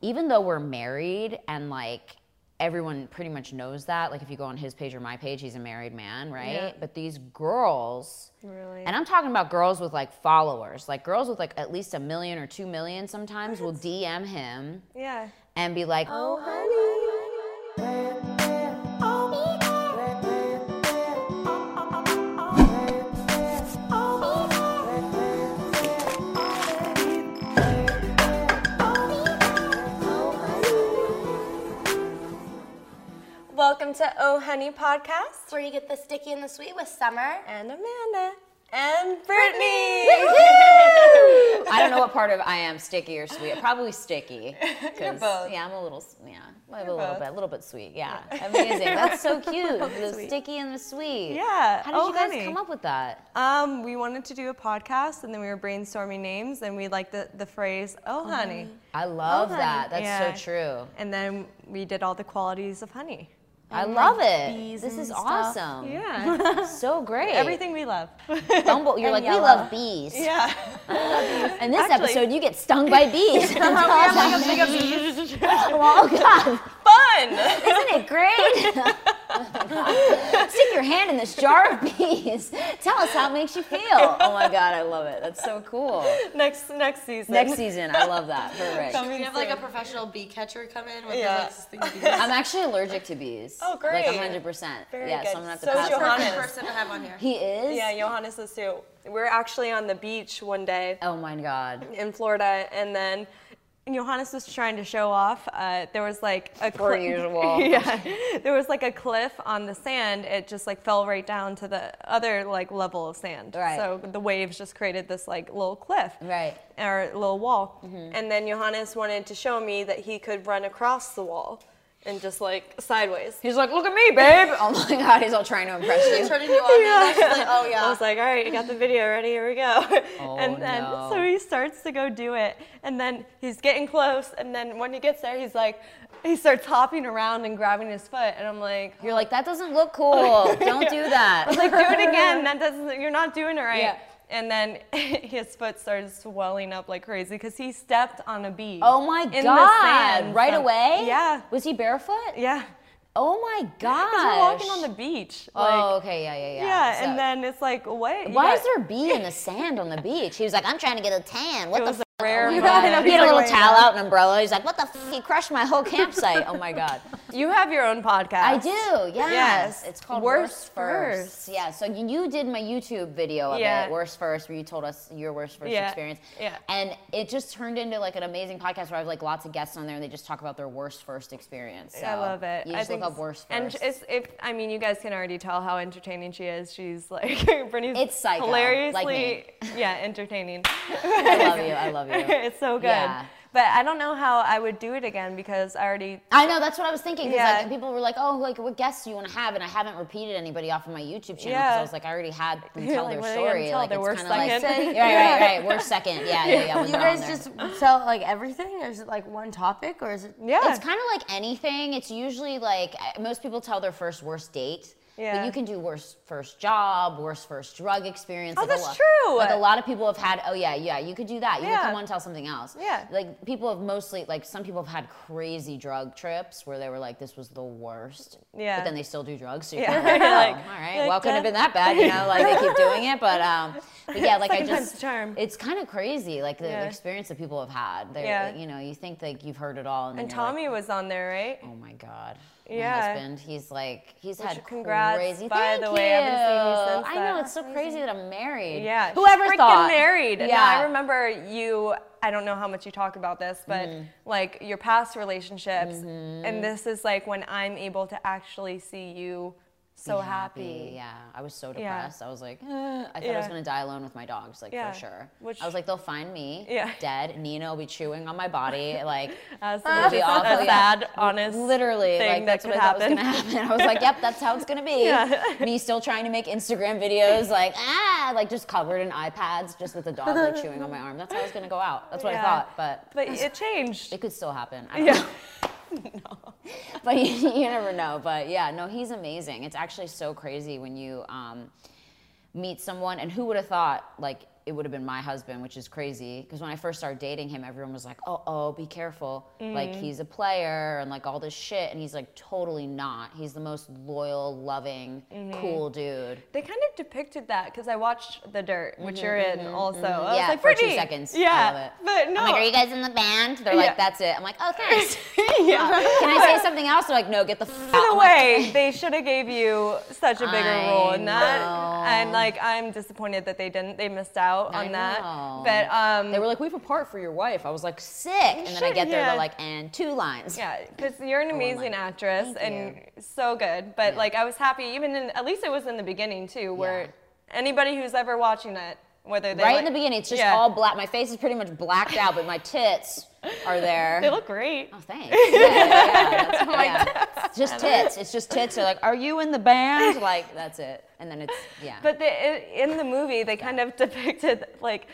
even though we're married and like everyone pretty much knows that, like if you go on his page or my page, he's a married man, right? Yeah. But these girls, Really? and I'm talking about girls with like followers, like girls with like at least a million or two million sometimes will DM him yeah. and be like, Oh, honey. Oh, Welcome to Oh Honey Podcast where you get the sticky and the sweet with summer. and Amanda and Brittany. I don't know what part of I am sticky or sweet. Probably sticky. 'cause, both. Yeah, I'm a little. s- Yeah, I have a little both. bit, a little bit sweet. Yeah, amazing. That's so cute. The sticky and the sweet. Yeah. How did Oh, you guys honey. come up with that? Um, we wanted to do a podcast, and then we were brainstorming names, and we liked the, the phrase "Oh, honey," I love that. That's Yeah. so true. and then we did all the qualities of honey. I love it. bees This and is stuff. awesome. Yeah, So great. everything we love. Bumble, you're And like we yellow. love bees. yeah, In this Actually- episode, you get stung by bees. oh God, fun. isn't it great? Stick your hand in this jar of bees. Tell us how it makes you feel. Oh my God, I love it. That's so cool. next next season. Next season, I love that. Perfect. Coming You have like a soon. professional bee catcher come in with Yeah. the most thing bees. I'm actually allergic to bees. Oh, Like great. 100. percent Very Yeah, good. so I'm gonna have to So pass. Johanna- on- Perfect Johannes. person to have on here. He is. Yeah, Johannes is too. We're actually on the beach one day Oh my God. in Florida, and then. Johannes was trying to show off. Uh, there was like a Per cli- usual. yeah, there was like a cliff on the sand. It just like fell right down to the other like level of sand. Right. So the waves just created this like little cliff. Right. Mm-hmm. Or little wall. And then Johannes wanted to show me that he could run across the wall, and just like sideways. He's like, look at me, babe. Oh my God, he's all trying to impress you. She's turning you on. Yeah. She's like, oh I yeah. was like, all right, I got the video ready, here we go. Oh, and then no. so he starts to go do it. And then he's getting close. And then when he gets there, he's like, he starts hopping around and grabbing his foot. And I'm like, You're like, that doesn't look cool. Don't do that. like do it again. That doesn't you're not doing it right. Yeah. And then his foot started swelling up like crazy because he stepped on a bee. Oh my in the God. sand. right So- away? Yeah. Was he barefoot? Yeah. Oh my God. Because we're walking on the beach. Like, oh, okay. Yeah, yeah, yeah. yeah. So- And then it's like, what? You Why got- is there a bee in the sand on the beach? He was like, I'm trying to get a tan. What It the was f-? a rare He moment. had He's a like, little "Wait, towel out and umbrella. He's like, what the f? You crushed my whole campsite. Oh my God. You have your own podcast. I do. Yes. Yes. It's called Worst, Worst First. First. Yeah. So you you did my YouTube video of Yeah. it, Worst First, where you told us your worst first Yeah. experience. Yeah. And it just turned into like an amazing podcast where I have like lots of guests on there and they just talk about their worst first experience. So I love it. You I just think look up it's- Worst First. And it's, if I mean, you guys can already tell how entertaining she is. She's like Brittany's It's psycho, like hilariously, me. yeah, entertaining. I love you. I love you. it's so good. Yeah. But I don't know how I would do it again because I already I know that's what I was thinking. 'cause, Yeah. like, people were like, "Oh, like what guests do you want to have?" And I haven't repeated anybody off of my YouTube channel because I Yeah. was like, I already had them You're tell like, their what are they gonna story. tell? Like They're it's worst kind of like, second? right, right, right. We're second. Yeah, yeah, yeah. when You they're on guys there. just tell like everything, or is it like one topic, or is it? yeah. It's kind of like anything. It's usually like uh, most people tell their first worst date. Yeah. But you can do worst first job, worst first drug experience. Oh, like a that's lot- true. Like a lot of people have had. Oh yeah, yeah. You could do that. You Yeah. could come on and tell something else. Yeah. Like people have mostly like some people have had crazy drug trips where they were like, this was the worst. Yeah. But then they still do drugs. So you're Yeah. kind of like, You're oh, like, all right. you're like, well, it couldn't have "Duh." been that bad. You know, like they keep doing it. But um, but yeah, like I Second time's just the charm. It's kind of crazy, like the Yeah. experience that people have had. They're, Yeah. You know, you think like you've heard it all, and, and then you're like, Tommy was on there, right? Oh my God. Yeah. My husband, he's like, he's had congrats, crazy. by Thank the you. way, I haven't seen you since I then. know it's so crazy that I'm married. Yeah. Whoever Freaking thought married. Yeah. Yeah. I remember you. I don't know how much you talk about this, but Mm-hmm. like your past relationships, and this is like when I'm able to actually see you so happy. Yeah. I was so depressed. I was like, "Ugh." I thought I was Yeah. gonna die alone with my dogs, like Yeah. for sure. Which- I was like, they'll find me Yeah. dead. Nina will be chewing on my body, like. As would be just awful, a yeah. sad, honest, Literally, thing like that that's could what I thought was gonna happen. I was like, "Yep, that's how it's gonna be." Me still trying to make Instagram videos, like ah, like just covered in iPads, just with the dog like chewing on my arm. That's how it's gonna go out. That's what I Yeah. thought, but but it changed. It could still happen. I don't Yeah. know. But you, you never know. But yeah, no, he's amazing. It's actually so crazy when you um, meet someone, and who would have thought, like, it would have been my husband, which is crazy. Because when I first started dating him, everyone was like, "Oh, oh, be careful! Like Mm. he's a player and like all this shit." And he's like, totally not. He's the most loyal, loving, Mm-hmm. cool dude. They kind of depicted that because I watched The Dirt, which you're in also. I was Mm-hmm, yeah, like, for two Brittany! seconds. I Yeah, love it. but no. I'm like, "Are you guys in the band?" They're Yeah. like, "That's it." I'm like, "Oh, thanks." yeah. Can I say something else? They're like, "No, get the f- In out." a I'm like, way, they should have gave you such a bigger I role in that, know. and like I'm disappointed that they didn't. They missed out I on that. know. But um, They were like, "We have a part for your wife." I was like, "Sick!" And then I Shit, get there, yeah. they're like, "And two lines." Yeah, because you're an amazing my- actress thank and so good. But Yeah. like, I was happy even in at least it was in the beginning too, where Yeah. anybody who's ever watching it, whether they Right like- in the beginning, it's just Yeah. all black. My face is pretty much blacked out, but my tits are there. they look great. Oh, thanks. Yeah, yeah, yeah. That's- yeah. It's just tits. It's just tits. They're like, are you in the band? Like, that's it. And then it's, yeah. But the, i- in the movie, they kind of depicted like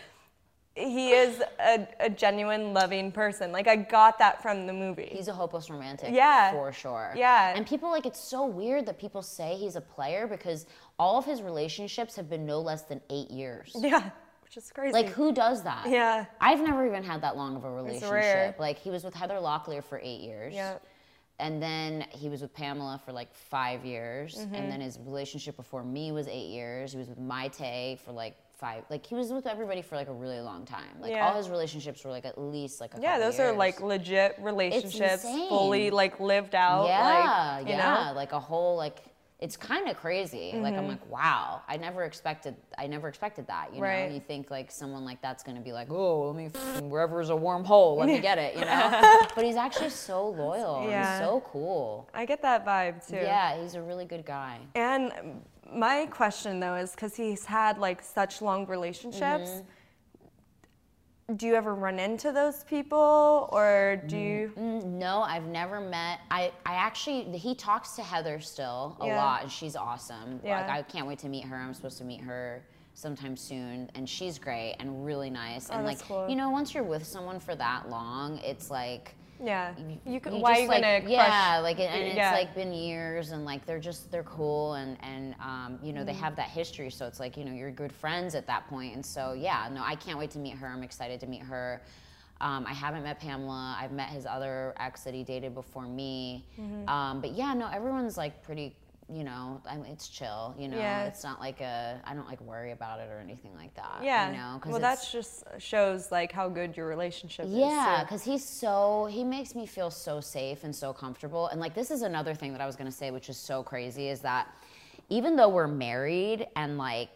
he is a, a genuine, loving person. Like I got that from the movie. he's a hopeless romantic. Yeah. For sure. Yeah. And people, like, it's so weird that people say he's a player because all of his relationships have been no less than eight years. yeah, which is crazy. Like, who does that? Yeah. I've never even had that long of a It's relationship. rare. Like, he was with Heather Locklear for eight years. Yeah. And then he was with Pamela for like five years. Mm-hmm. And then his relationship before me was eight years. He was with Maite for like five. Like, he was with everybody for like a really long time. Like, Yeah. all his relationships were like at least like a yeah, couple those are years. like legit relationships, insane. fully like lived out. Yeah, like, you yeah, know? like a whole like it's kind of crazy. Like I'm like, wow, I never expected, I never expected that. You Mm-hmm. Right. know, you think like someone like that's gonna be like, oh, let me f- wherever's a warm hole, let me get it. You know, but he's actually so loyal. and Yeah. he's so cool. I get that vibe too. Yeah, he's a really good guy. And my question though is because he's had like such long relationships. Mm-hmm. Do you ever run into those people, or do Mm, you? No, I've never met. I, I actually, he talks to Heather still a Yeah. lot, and she's awesome. Like, Yeah. I can't wait to meet her. I'm supposed to meet her sometime soon, and she's great and really nice. and, Oh, that's like, cool. you know, once you're with someone for that long, it's like, Yeah, you could. you Why are just, you like- gonna crush? yeah like and and it's yeah. like been years and like they're just they're cool and and um, you know they Mm-hmm. have that history so it's like you know you're good friends at that point and so yeah no i can't wait to meet her i'm excited to meet her um, i haven't met pamela i've met his other ex that he dated before me Mm-hmm. um, but yeah no everyone's like pretty you know I mean, it's chill you know Yeah. it's not like a i don't like worry about it or anything like that yeah. you know well, it's- that just shows like how good your relationship is. yeah, too. because he's so he makes me feel so safe and so comfortable. And like this is another thing that I was gonna say, which is so crazy, is that even though we're married and like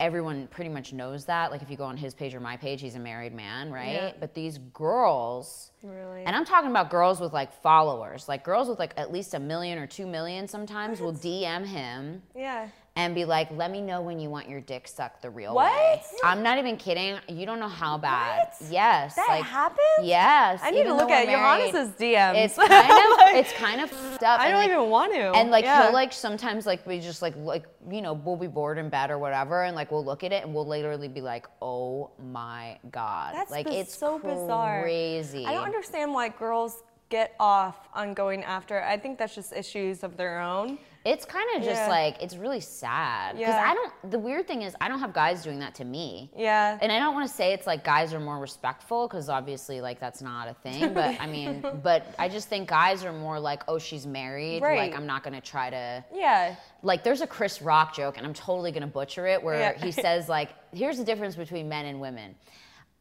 everyone pretty much knows that, like if you go on his page or my page, he's a married man, right? Yeah. But these girls Really? and I'm talking about girls with like followers, like girls with like at least a million or two million sometimes will DM him yeah. and be like, let me know when you want your dick sucked the real What? way. I'm not even kidding. You don't know how bad. What? Yes. That like, happens? Yes. I need to even look though at we're married. Johannes's DMs. It's kind of it's kind of Like, fucked up. I and, don't like, even want to. And like Yeah. he'll like sometimes like we just like like you know we'll be bored in bed or whatever, and like we'll look at it and we'll literally be like, oh my god, That's like biz- it's so bizarre. crazy. I don't understand why girls get off on going after. I think that's just issues of their own. It's kind of just Yeah. like it's really sad because Yeah. I don't. The weird thing is I don't have guys doing that to me. Yeah. And I don't want to say it's like guys are more respectful because obviously like that's not a thing. But I mean, but I just think guys are more like, oh, she's married. Right. Like I'm not gonna try to. yeah. Like there's a Chris Rock joke, and I'm totally gonna butcher it, where Yeah. he says like, here's the difference between men and women.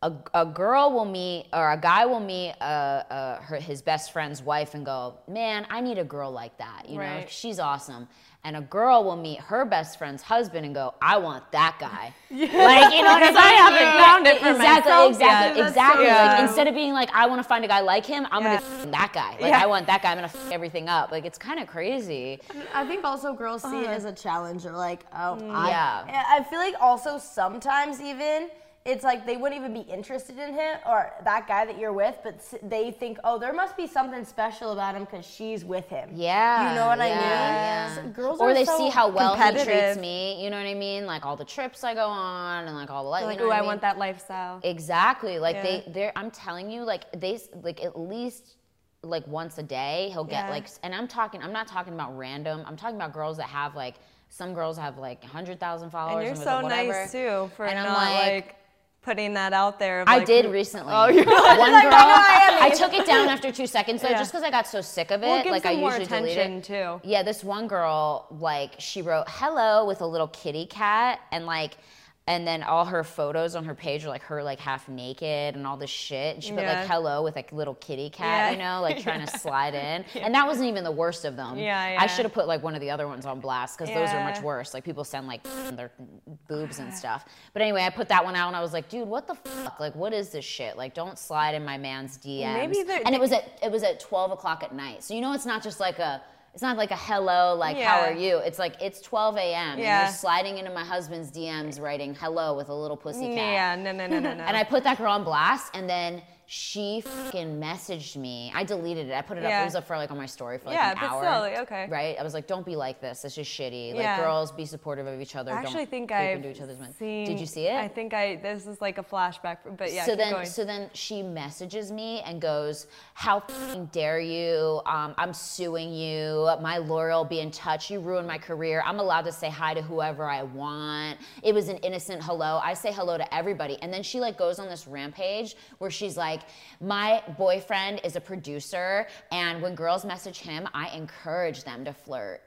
A, a girl will meet or a guy will meet uh, uh, her, his best friend's wife and go, man, I need a girl like that. You know, Right. she's awesome. And a girl will meet her best friend's husband and go, I want that guy. Like, you know what I'm Because I saying? haven't found it for exactly, myself Exactly, yet. exactly. That's so Like, true. instead of being like, I want to find a guy like him, I'm Yeah. gonna f- that guy. Like, Yeah. I want that guy. I'm gonna f- everything up. Like, it's kind of crazy. I think also girls see it as a challenge of like, oh, I, Yeah. Uh-huh. yeah. I feel like also sometimes even it's like they wouldn't even be interested in him or that guy that you're with, but s- they think, oh, there must be something special about him because she's with him. Yeah, you know what I mean. yeah, So yeah. girls or are they so see how well he treats competitive. me. You know what I mean? Like all the trips I go on, and like all the like. Like, you know oh, what I mean? want that lifestyle. Exactly. Like Yeah. they, they're. I'm telling you, like they, s- like at least like once a day, he'll get Yeah. like. s- And I'm talking. I'm not talking about random. I'm talking about girls that have like. Some girls have like hundred thousand followers. you're with so nice, whatever. too, for and I'm not, like, like- putting that out there. of, I like, did who- recently. Oh, you're one like, girl. I know I am. I took it down after two seconds, though, Yeah. just because I got so sick of it. Well, it gives like I them more usually attention, delete it. too. Yeah, this one girl, like, she wrote "hello" with a little kitty cat, and like, and then all her photos on her page were like her like half naked and all this shit, and she put like Yeah. "hello" with like little kitty cat, Yeah. you know, like trying to slide in. And that wasn't even the worst of them. Yeah, I yeah. should have put like one of the other ones on blast because those are Yeah. much worse. Like people send like their boobs and stuff. But anyway, I put that one out and I was like, dude, what the fuck? Like, what is this shit? Like, don't slide in my man's DMs. Maybe they're- and it was at it was at twelve o'clock at night. So you know, it's not just like a it's not like a hello, like how Yeah. are you? It's like it's twelve a.m. and Yeah. they're sliding into my husband's DMs, writing hello with a little pussy cat. Yeah, no, no, no, no, no. And I put that girl on blast, and then she fucking messaged me. I deleted it. I put it up. Yeah. It was up for like on my story for like Yeah, an but hour. still, like, okay. Right? I was like, don't be like this. This is shitty. Like, Yeah. girls, be supportive of each other. I actually don't think creep I've into each other's mind. seen. Did you see it? I think I. This is like a flashback, but yeah. so keep then, going. so then she messages me and goes, "How f***ing dare you? Um, I'm suing you. My lawyer will be in touch. You ruined my career. I'm allowed to say hi to whoever I want. It was an innocent hello. I say hello to everybody." And then she like goes on this rampage where she's like, "My boyfriend is a producer, and when girls message him, I encourage them to flirt."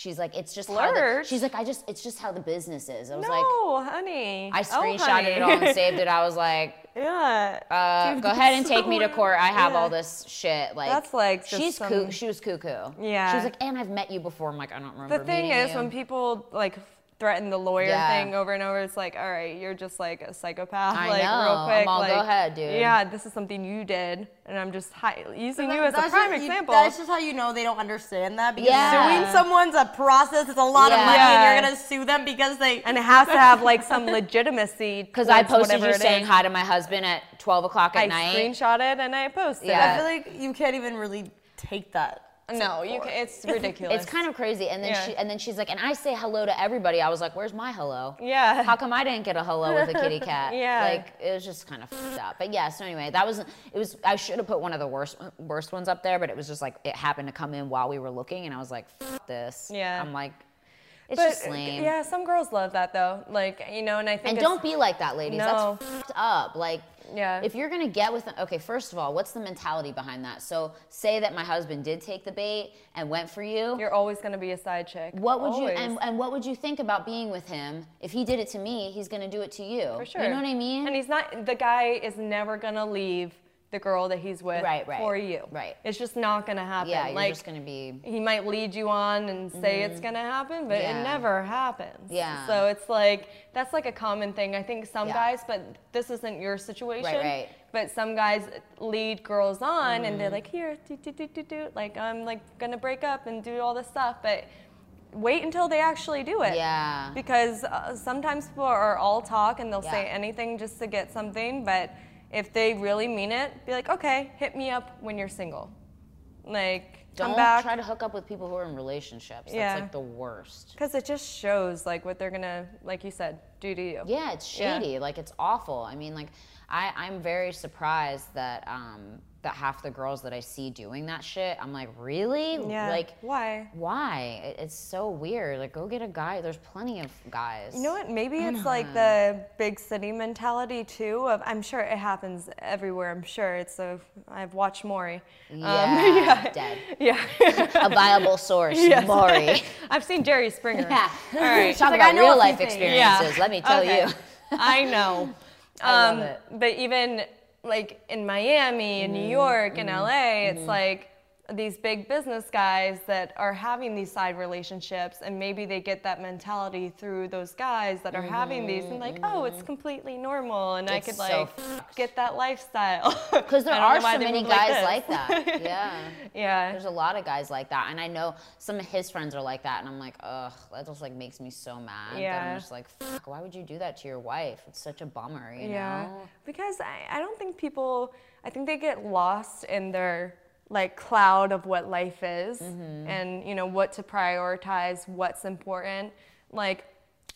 She's like, "It's just How the, Flirt? she's like, "I just, it's just how the business is." I was no, like. honey. I Oh, screenshotted it all honey. and saved it. I was like, yeah. uh, Dude, go that's ahead and so take me to court. I have weird. all this shit. Like That's, like, just she's some- coo- she was cuckoo. Yeah. she was like, and I've met you before. I'm like, I don't remember. The thing meeting is, you. when people like threaten the lawyer Yeah. thing over and over, it's like, all right, you're just like a psychopath. I like know. real I'm quick, all, like, "Go ahead, dude." Yeah, this is something you did, and I'm just hi- using you as That's a prime just- you- example. that's just how you know they don't understand that because Yeah. suing someone's a process. It's a lot of Yeah. money, Yeah. and you're gonna sue them because they. and it has to have like some legitimacy. because I towards posted whatever you it saying is. hi to my husband at 12 o'clock at I night. screenshotted and I posted. Yeah. I feel like you can't even really take that. it. No, you can, it's ridiculous. It's kind of crazy. And then Yeah. she and then she's like, and I say hello to everybody. I was like, where's my hello? Yeah. How come I didn't get a hello with a kitty cat? Yeah. Like it was just kind of fucked up. But yeah. So anyway, that was it. Was I should have put one of the worst worst ones up there, but it was just like it happened to come in while we were looking, and I was like, F this. Yeah. I'm like, it's But, uh, just lame. Yeah, some girls love that though. Like you know, and I think uh, And it's- don't be like that, ladies. No. That's fucked up. Like, Yeah. if you're gonna get with, okay, first of all, what's the mentality behind that? So, say that my husband did take the bait and went for you. You're always gonna be a side chick. What would you Always. and, and what would you think about being with him? If he did it to me, he's gonna do it to you. For sure. You know what I mean? And he's not the guy is never gonna leave the girl that he's with Right, right, for you. right. It's just not gonna happen. yeah, you're like just gonna be Mm-hmm. he might lead you on and say it's gonna happen, but Yeah. it never happens. Yeah. So it's like that's like a common thing. I think some Yeah. guys, but this isn't your situation. right. Mm-hmm. But some guys lead girls on, and they're like, here, do do do do do, like I'm like gonna break up and do all this stuff, but wait until they actually do it. Yeah. Because uh, sometimes people are all talk and they'll say Yeah. anything just to get something, but if they really mean it, be like, okay, hit me up when you're single. Like, don't come back. try to hook up with people who are in relationships. Yeah. That's like the worst. Because it just shows like what they're gonna, like you said, do to you. Yeah, it's Yeah. shady. Like it's awful. I mean, like I, I'm very surprised that um that half the girls that I see doing that shit. I'm like, really? Yeah. Like why? why? It- It's so weird. Like go get a guy. There's plenty of guys. You know what? Maybe it's like the big city mentality too. Of I'm sure it happens everywhere. I'm sure it's a. I've watched Maury. Um, Yeah, dead. yeah. A viable source, Yes. Maury. I've seen Jerry Springer. Yeah. All right. Talk like, I about know real a few life things. experiences. Let me tell Okay. you. I know. I love Um, it. Mm-hmm. But even like in Miami, in New York, in LA, it's like these big business guys that are having these side relationships, and maybe they get that mentality through those guys that are having these, and like, oh, it's completely normal, and Mm-hmm. It's I could so like fucked. get that lifestyle. Because there I don't know are why so they many move guys this. like, that. Yeah. yeah. There's a lot of guys like that. And I know some of his friends are like that. And I'm like, ugh, that just like makes me so mad. That I'm Yeah. just like, fuck, why would you do that to your wife? It's such a bummer, you Yeah, know? because I, I don't think people, I think they get lost in their like cloud of what life is Mm-hmm. and, you know, what to prioritize, what's important. Like,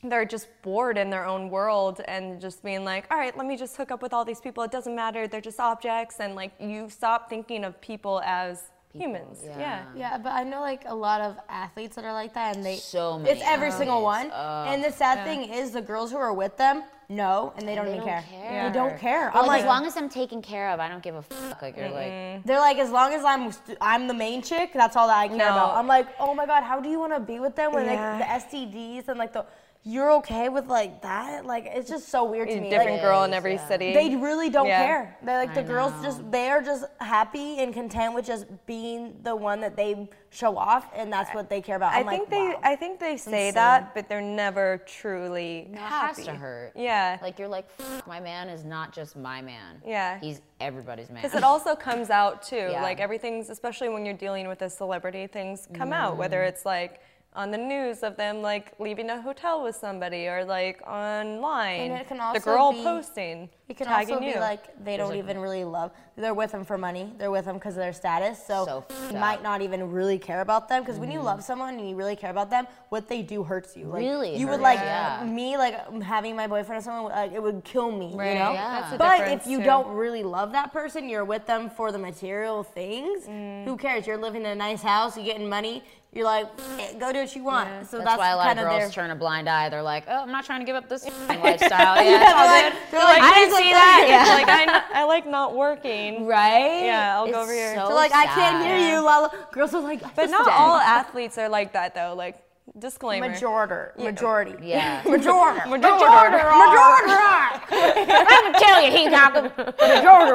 they're just bored in their own world and just being like, all right, let me just hook up with all these people. It doesn't matter. They're just objects. And like, you stop thinking of people as humans. yeah. Yeah. Yeah, but I know like a lot of athletes that are like that, and they So many It's every single athletes. one. and the sad thing is, the girls who are with them no, and they don't They even don't care. care. They don't care. But, I'm like, Oh, like, as long as I'm taken care of, I don't give a fuck. Like you're like, they're like, as long as I'm st- I'm the main chick, that's all that I care No. about. I'm like, oh my god, how do you want to be with them when Yeah. like the STDs and like the you're okay with like that? Like it's just so weird to me. different Like, girl in is, every yeah. city. They really don't Yeah. care. They're like the I girls know. just they are just happy and content with just being the one that they show off, and that's what they care about. I I'm think like, they wow. I think they say insane. that, but they're never truly no, it happy. has to hurt. Yeah. Like you're like, "Fuck, my man is not just my man. Yeah. He's everybody's man. because it also comes out too. Yeah. Like everything's, especially when you're dealing with a celebrity, things come out. Mm. Whether it's like on the news of them like leaving a hotel with somebody, or like online, And it can the also girl be- posting, It can tagging also be you. like they don't like- even really love. They're with them for money. They're with them because of their status. So, So Mm-hmm. fucked you might up. not even really care about them. Because when you love someone and you really care about them, what they do hurts you. Like, Really you would hurts, like yeah. me like having my boyfriend or someone like it would kill me. Right, You know. yeah. That's the But difference, if you too. don't really love that person, you're with them for the material things. Who Mm. cares? You're living in a nice house. You're getting money. You're like, "Eh, go do what you want. So that's, that's, why a lot kind of of girls their. turn a blind eye. They're like, oh, I'm not trying to give up this f***ing lifestyle. Yeah, it's they're all like, good. they're like, I didn't "Please see don't that. do Yeah. like I, I like not working. Right? Yeah, I'll go It's over here. So They're like, I can't sad. hear you. Lala. Girls are like, But not all athletes are like that though. Like disclaimer. Majority. Majority. Yeah. Majority. Majority. Majority. I'm gonna tell you, he's not gonna.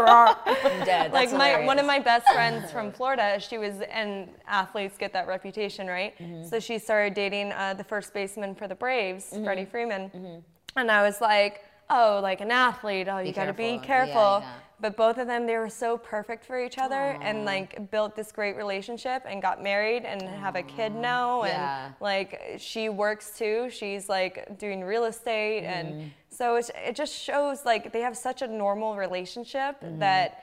I'm dead. like That's my one of hilarious. my best friends from Florida, she was and athletes get that reputation, right? Mm-hmm. So she started dating uh, the first baseman for the Braves, Freddie Freeman, Mm-hmm. and I was like, oh, like an athlete, oh, you got to careful. be Yeah, careful. yeah. But both of them, they were so perfect for each other, and like built this great relationship, and got married, and have a kid now, and Yeah. like she works too. She's like doing real estate, Mm-hmm. and so it's, it just shows like they have such a normal relationship Mm-hmm. that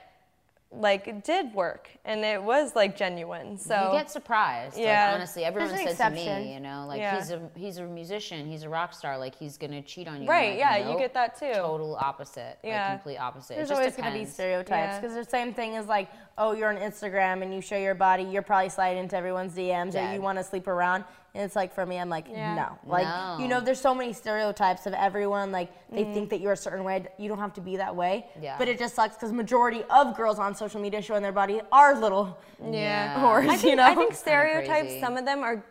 like it did work and it was like genuine. So you get surprised. Yeah. Like, honestly, everyone There's said an to exception. me, you know, like Yeah. he's a he's a musician, he's a rock star, like he's gonna cheat on you. I'm right, like, yeah, you nope. get that too. Total opposite. Yeah. Like complete opposite. There's it just always depends. going to be stereotypes Yeah. because the same thing is like, oh, you're on Instagram and you show your body, you're probably sliding into everyone's DMs or Dead. you want to sleep around. And it's like for me, I'm like, Yeah. no. Like, you No. know, there's so many stereotypes of everyone. Like, they think that you're a certain way. You don't have to be that way. Yeah. But it just sucks because majority of girls on social media showing their body are little. Yeah. Or- I you think, I know? think It's kinda stereotypes, crazy. some of them are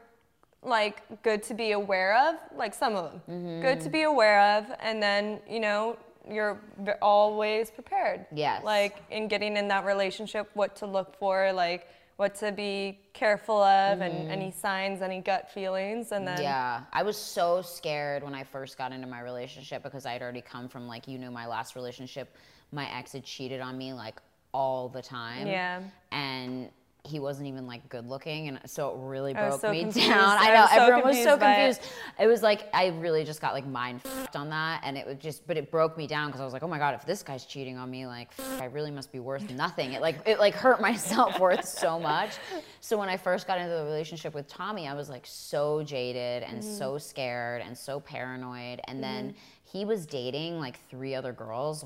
like good to be aware of, like some of them, Mm-hmm. good to be aware of, and then, you know, you're v- always prepared. Yes. Like in getting in that relationship, what to look for, like what to be careful of, and any signs, any gut feelings, and then. Mm-hmm. Yeah, I was so scared when I first got into my relationship because I had already come from like you know my last relationship, my ex had cheated on me like all the time. Yeah. and he wasn't even like good looking, and so it really I broke was so me confused. down. I I know was so everyone was so confused by it. confused. It was like I really just got like mind fucked on that, and it was just, but it broke me down because I was like, oh my god, if this guy's cheating on me, like f- I really must be worth nothing. It like it like hurt my self worth so much. So when I first got into the relationship with Tommy, I was like so jaded and so scared and so paranoid, and then he was dating like three other girls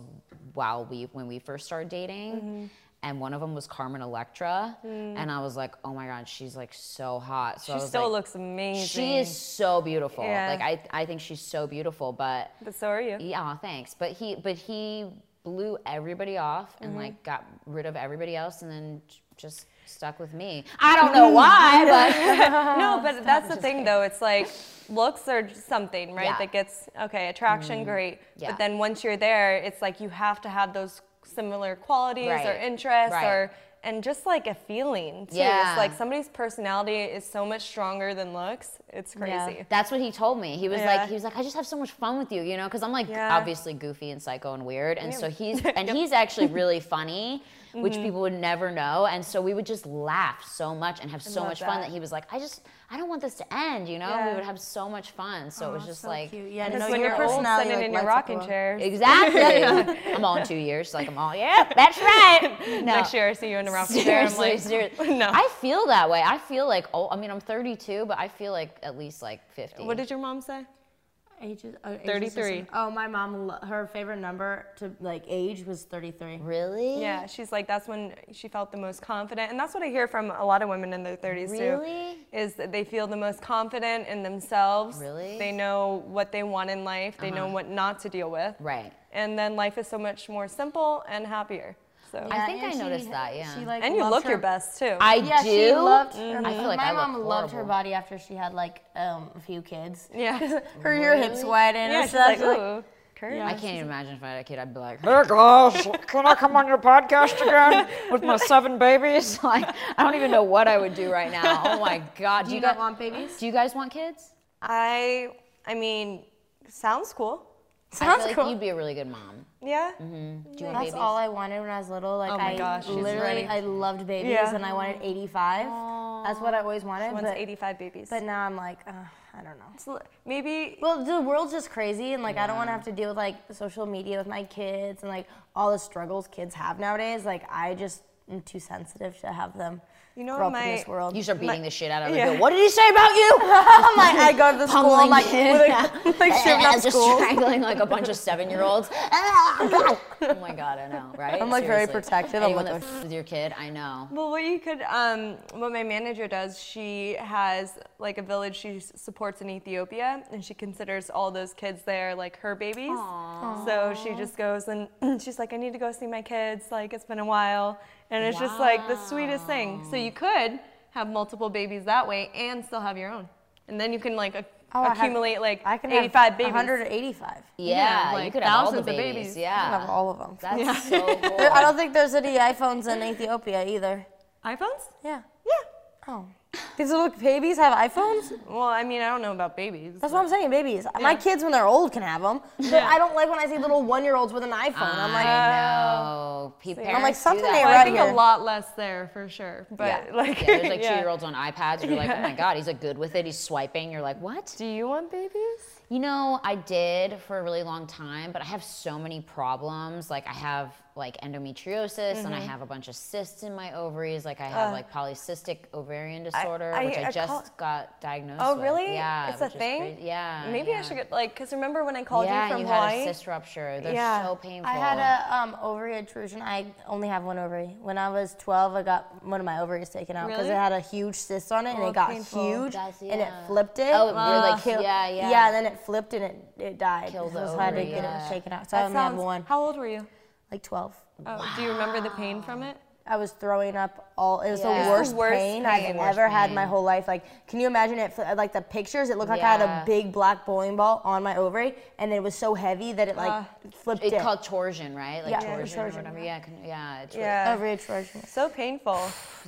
while we when we first started dating. And one of them was Carmen Electra, and I was like, "Oh my God, she's like so hot." So I She was still like, looks amazing. she is so beautiful. Yeah. Like I, I think she's so beautiful. But But so are you. yeah, thanks. But he, but he blew everybody off Mm-hmm. and like got rid of everybody else, and then j- just stuck with me. I don't know why, but no, but that's the thing though. It's like looks are something, right? Yeah. Mm-hmm. That gets okay, attraction, great. Yeah. But then once you're there, it's like you have to have those similar qualities or Right. interests Right. or and just like a feeling too. Yeah. It's like somebody's personality is so much stronger than looks. It's crazy. that's what he told me. He was Yeah. like, he was like, I just have so much fun with you, you know, because I'm like Yeah. obviously goofy and psycho and weird, and so he's and he's actually really funny, which Mm-hmm. people would never know, and so we would just laugh so much and have so love much fun that. that he was like, I just I don't want this to end, you know. Yeah. We would have so much fun, so it was just like Yeah, Because no, when your you're old personality, sitting like, in your lights up the rocking world. chair, Exactly. I'm all in two years. Like I'm all, yeah, that's right. No. next year I see you in a rocking chair. I'm Seriously, like, seriously. no. I feel that way. I feel like, oh, I mean, I'm 32, but I feel like at least like 50. what did your mom say? age is? Oh, age is just- 33. oh, my mom, lo- her favorite number to like age was 33. Really? Mm-hmm. Yeah, she's like that's when she felt the most confident, and that's what I hear from a lot of women in their 30s Really? too. Is that they feel the most confident in themselves. Really? They know what they want in life. They Uh-huh. know what not to deal with. Right. And then life is so much more simple and happier. So. I Yeah, think and I she- noticed that, yeah. she, like, and you loved look her- your best too. I Yeah, do. Mm-hmm. she loved. Her, I feel like my I look mom loved her horrible. body after she had like um, a few kids. Yeah. her your hips wide in yeah, and she's stuff. like, ooh, curves. I can't even imagine if I had a kid, I'd be like, Hey guys, can I come on your podcast again with my seven babies? like, I don't even know what I would do right now. Oh my God. Do, you guys not want babies? Do you guys want kids? I, I mean, sounds cool. I Sounds feel like cool. you'd be a really good mom. yeah. Mm-hmm. Do you want That's babies? all I wanted when I was little. Like Oh my I gosh, she's literally, ready. I loved babies, Yeah. and I wanted 85. That's what I always wanted. Once But, 85 babies. but now I'm like, uh, I don't know. So maybe Well, the world's just crazy, and like I don't want to have to deal with like social media with my kids and like all the struggles kids have nowadays. Like I just am too sensitive to have them You know grow what up in my- this world. You start beating the shit out of Yeah. yeah. What did he say about you? I'm like, I go to the school, I'm Pummeling like, him. with a- like shooting up just school. strangling like a bunch of seven-year-olds. oh my god, I know, right? I'm, like, very Seriously. protective. I'm Anyone like, that f- with your kid, I know. Well, what you could, um, what my manager does, she has like a village she s- supports in Ethiopia, and she considers all those kids there like her babies. So she just goes and she's like, I need to go see my kids. Like it's been a while, and it's just like the sweetest thing. So you could have multiple babies that way and still have your own, and then you can like ac- Oh, I have- accumulate like I can 85 have babies. 185. Yeah, you like could have all the thousands of babies. babies. You Yeah, I have all of them. That's so cool. I don't think there's any iPhones in Ethiopia either. iPhones? Yeah. Yeah. Oh. These little babies have iPhones? Well, I mean, I don't know about babies. That's what I'm saying, babies. My kids, when they're old, can have them. But Yeah. I don't like when I see little one year olds with an iPhone. I'm I like, uh, know. Pe- parents like, do something that. ain't Well, I right think a here. lot less there for sure, but Yeah. like Yeah, there's like yeah. two-year-olds on iPads. You're like, oh my god, he's like good with it. He's swiping. You're like, what? Do you want babies? You know, I did for a really long time, but I have so many problems. Like I have like endometriosis and I Mm-hmm. have a bunch of cysts in my ovaries. Like I have like polycystic ovarian disorder, Uh. I- which I, I just call- got diagnosed Oh, with. really? Yeah. It's a which is thing? crazy. Yeah. Maybe I yeah. should get like, cause remember when I called Yeah, you from you had Hawaii? a cyst rupture. They're Yeah. so painful. I had a um, ovary intrusion. I only have one ovary. When I was 12, I got one of my ovaries taken out because Really? it had a huge cyst on it, and Oh, it got painful. huge, That's- and it yeah. flipped it. Oh, it really and killed- yeah, yeah. Yeah, and then it flipped and it, it died. Killed so the I had to ovary, get yeah. it taken out. So I That only have sounds. one, How old were you? like 12. Oh, Do you remember the pain from it? I was throwing up all. It was Yeah. It's the the worst, worst pain, pain. I've ever had in my pain. whole life. Like, can you imagine it? fl- Like the pictures, it looked like I had Yeah. a big black bowling ball on my ovary, and it was so heavy that it like Ah. Uh, flipped it. It's called torsion, right? Like Yeah, torsion, torsion. or whatever. Yeah, con- yeah. It's really- Yeah. ovary intrusion. So painful.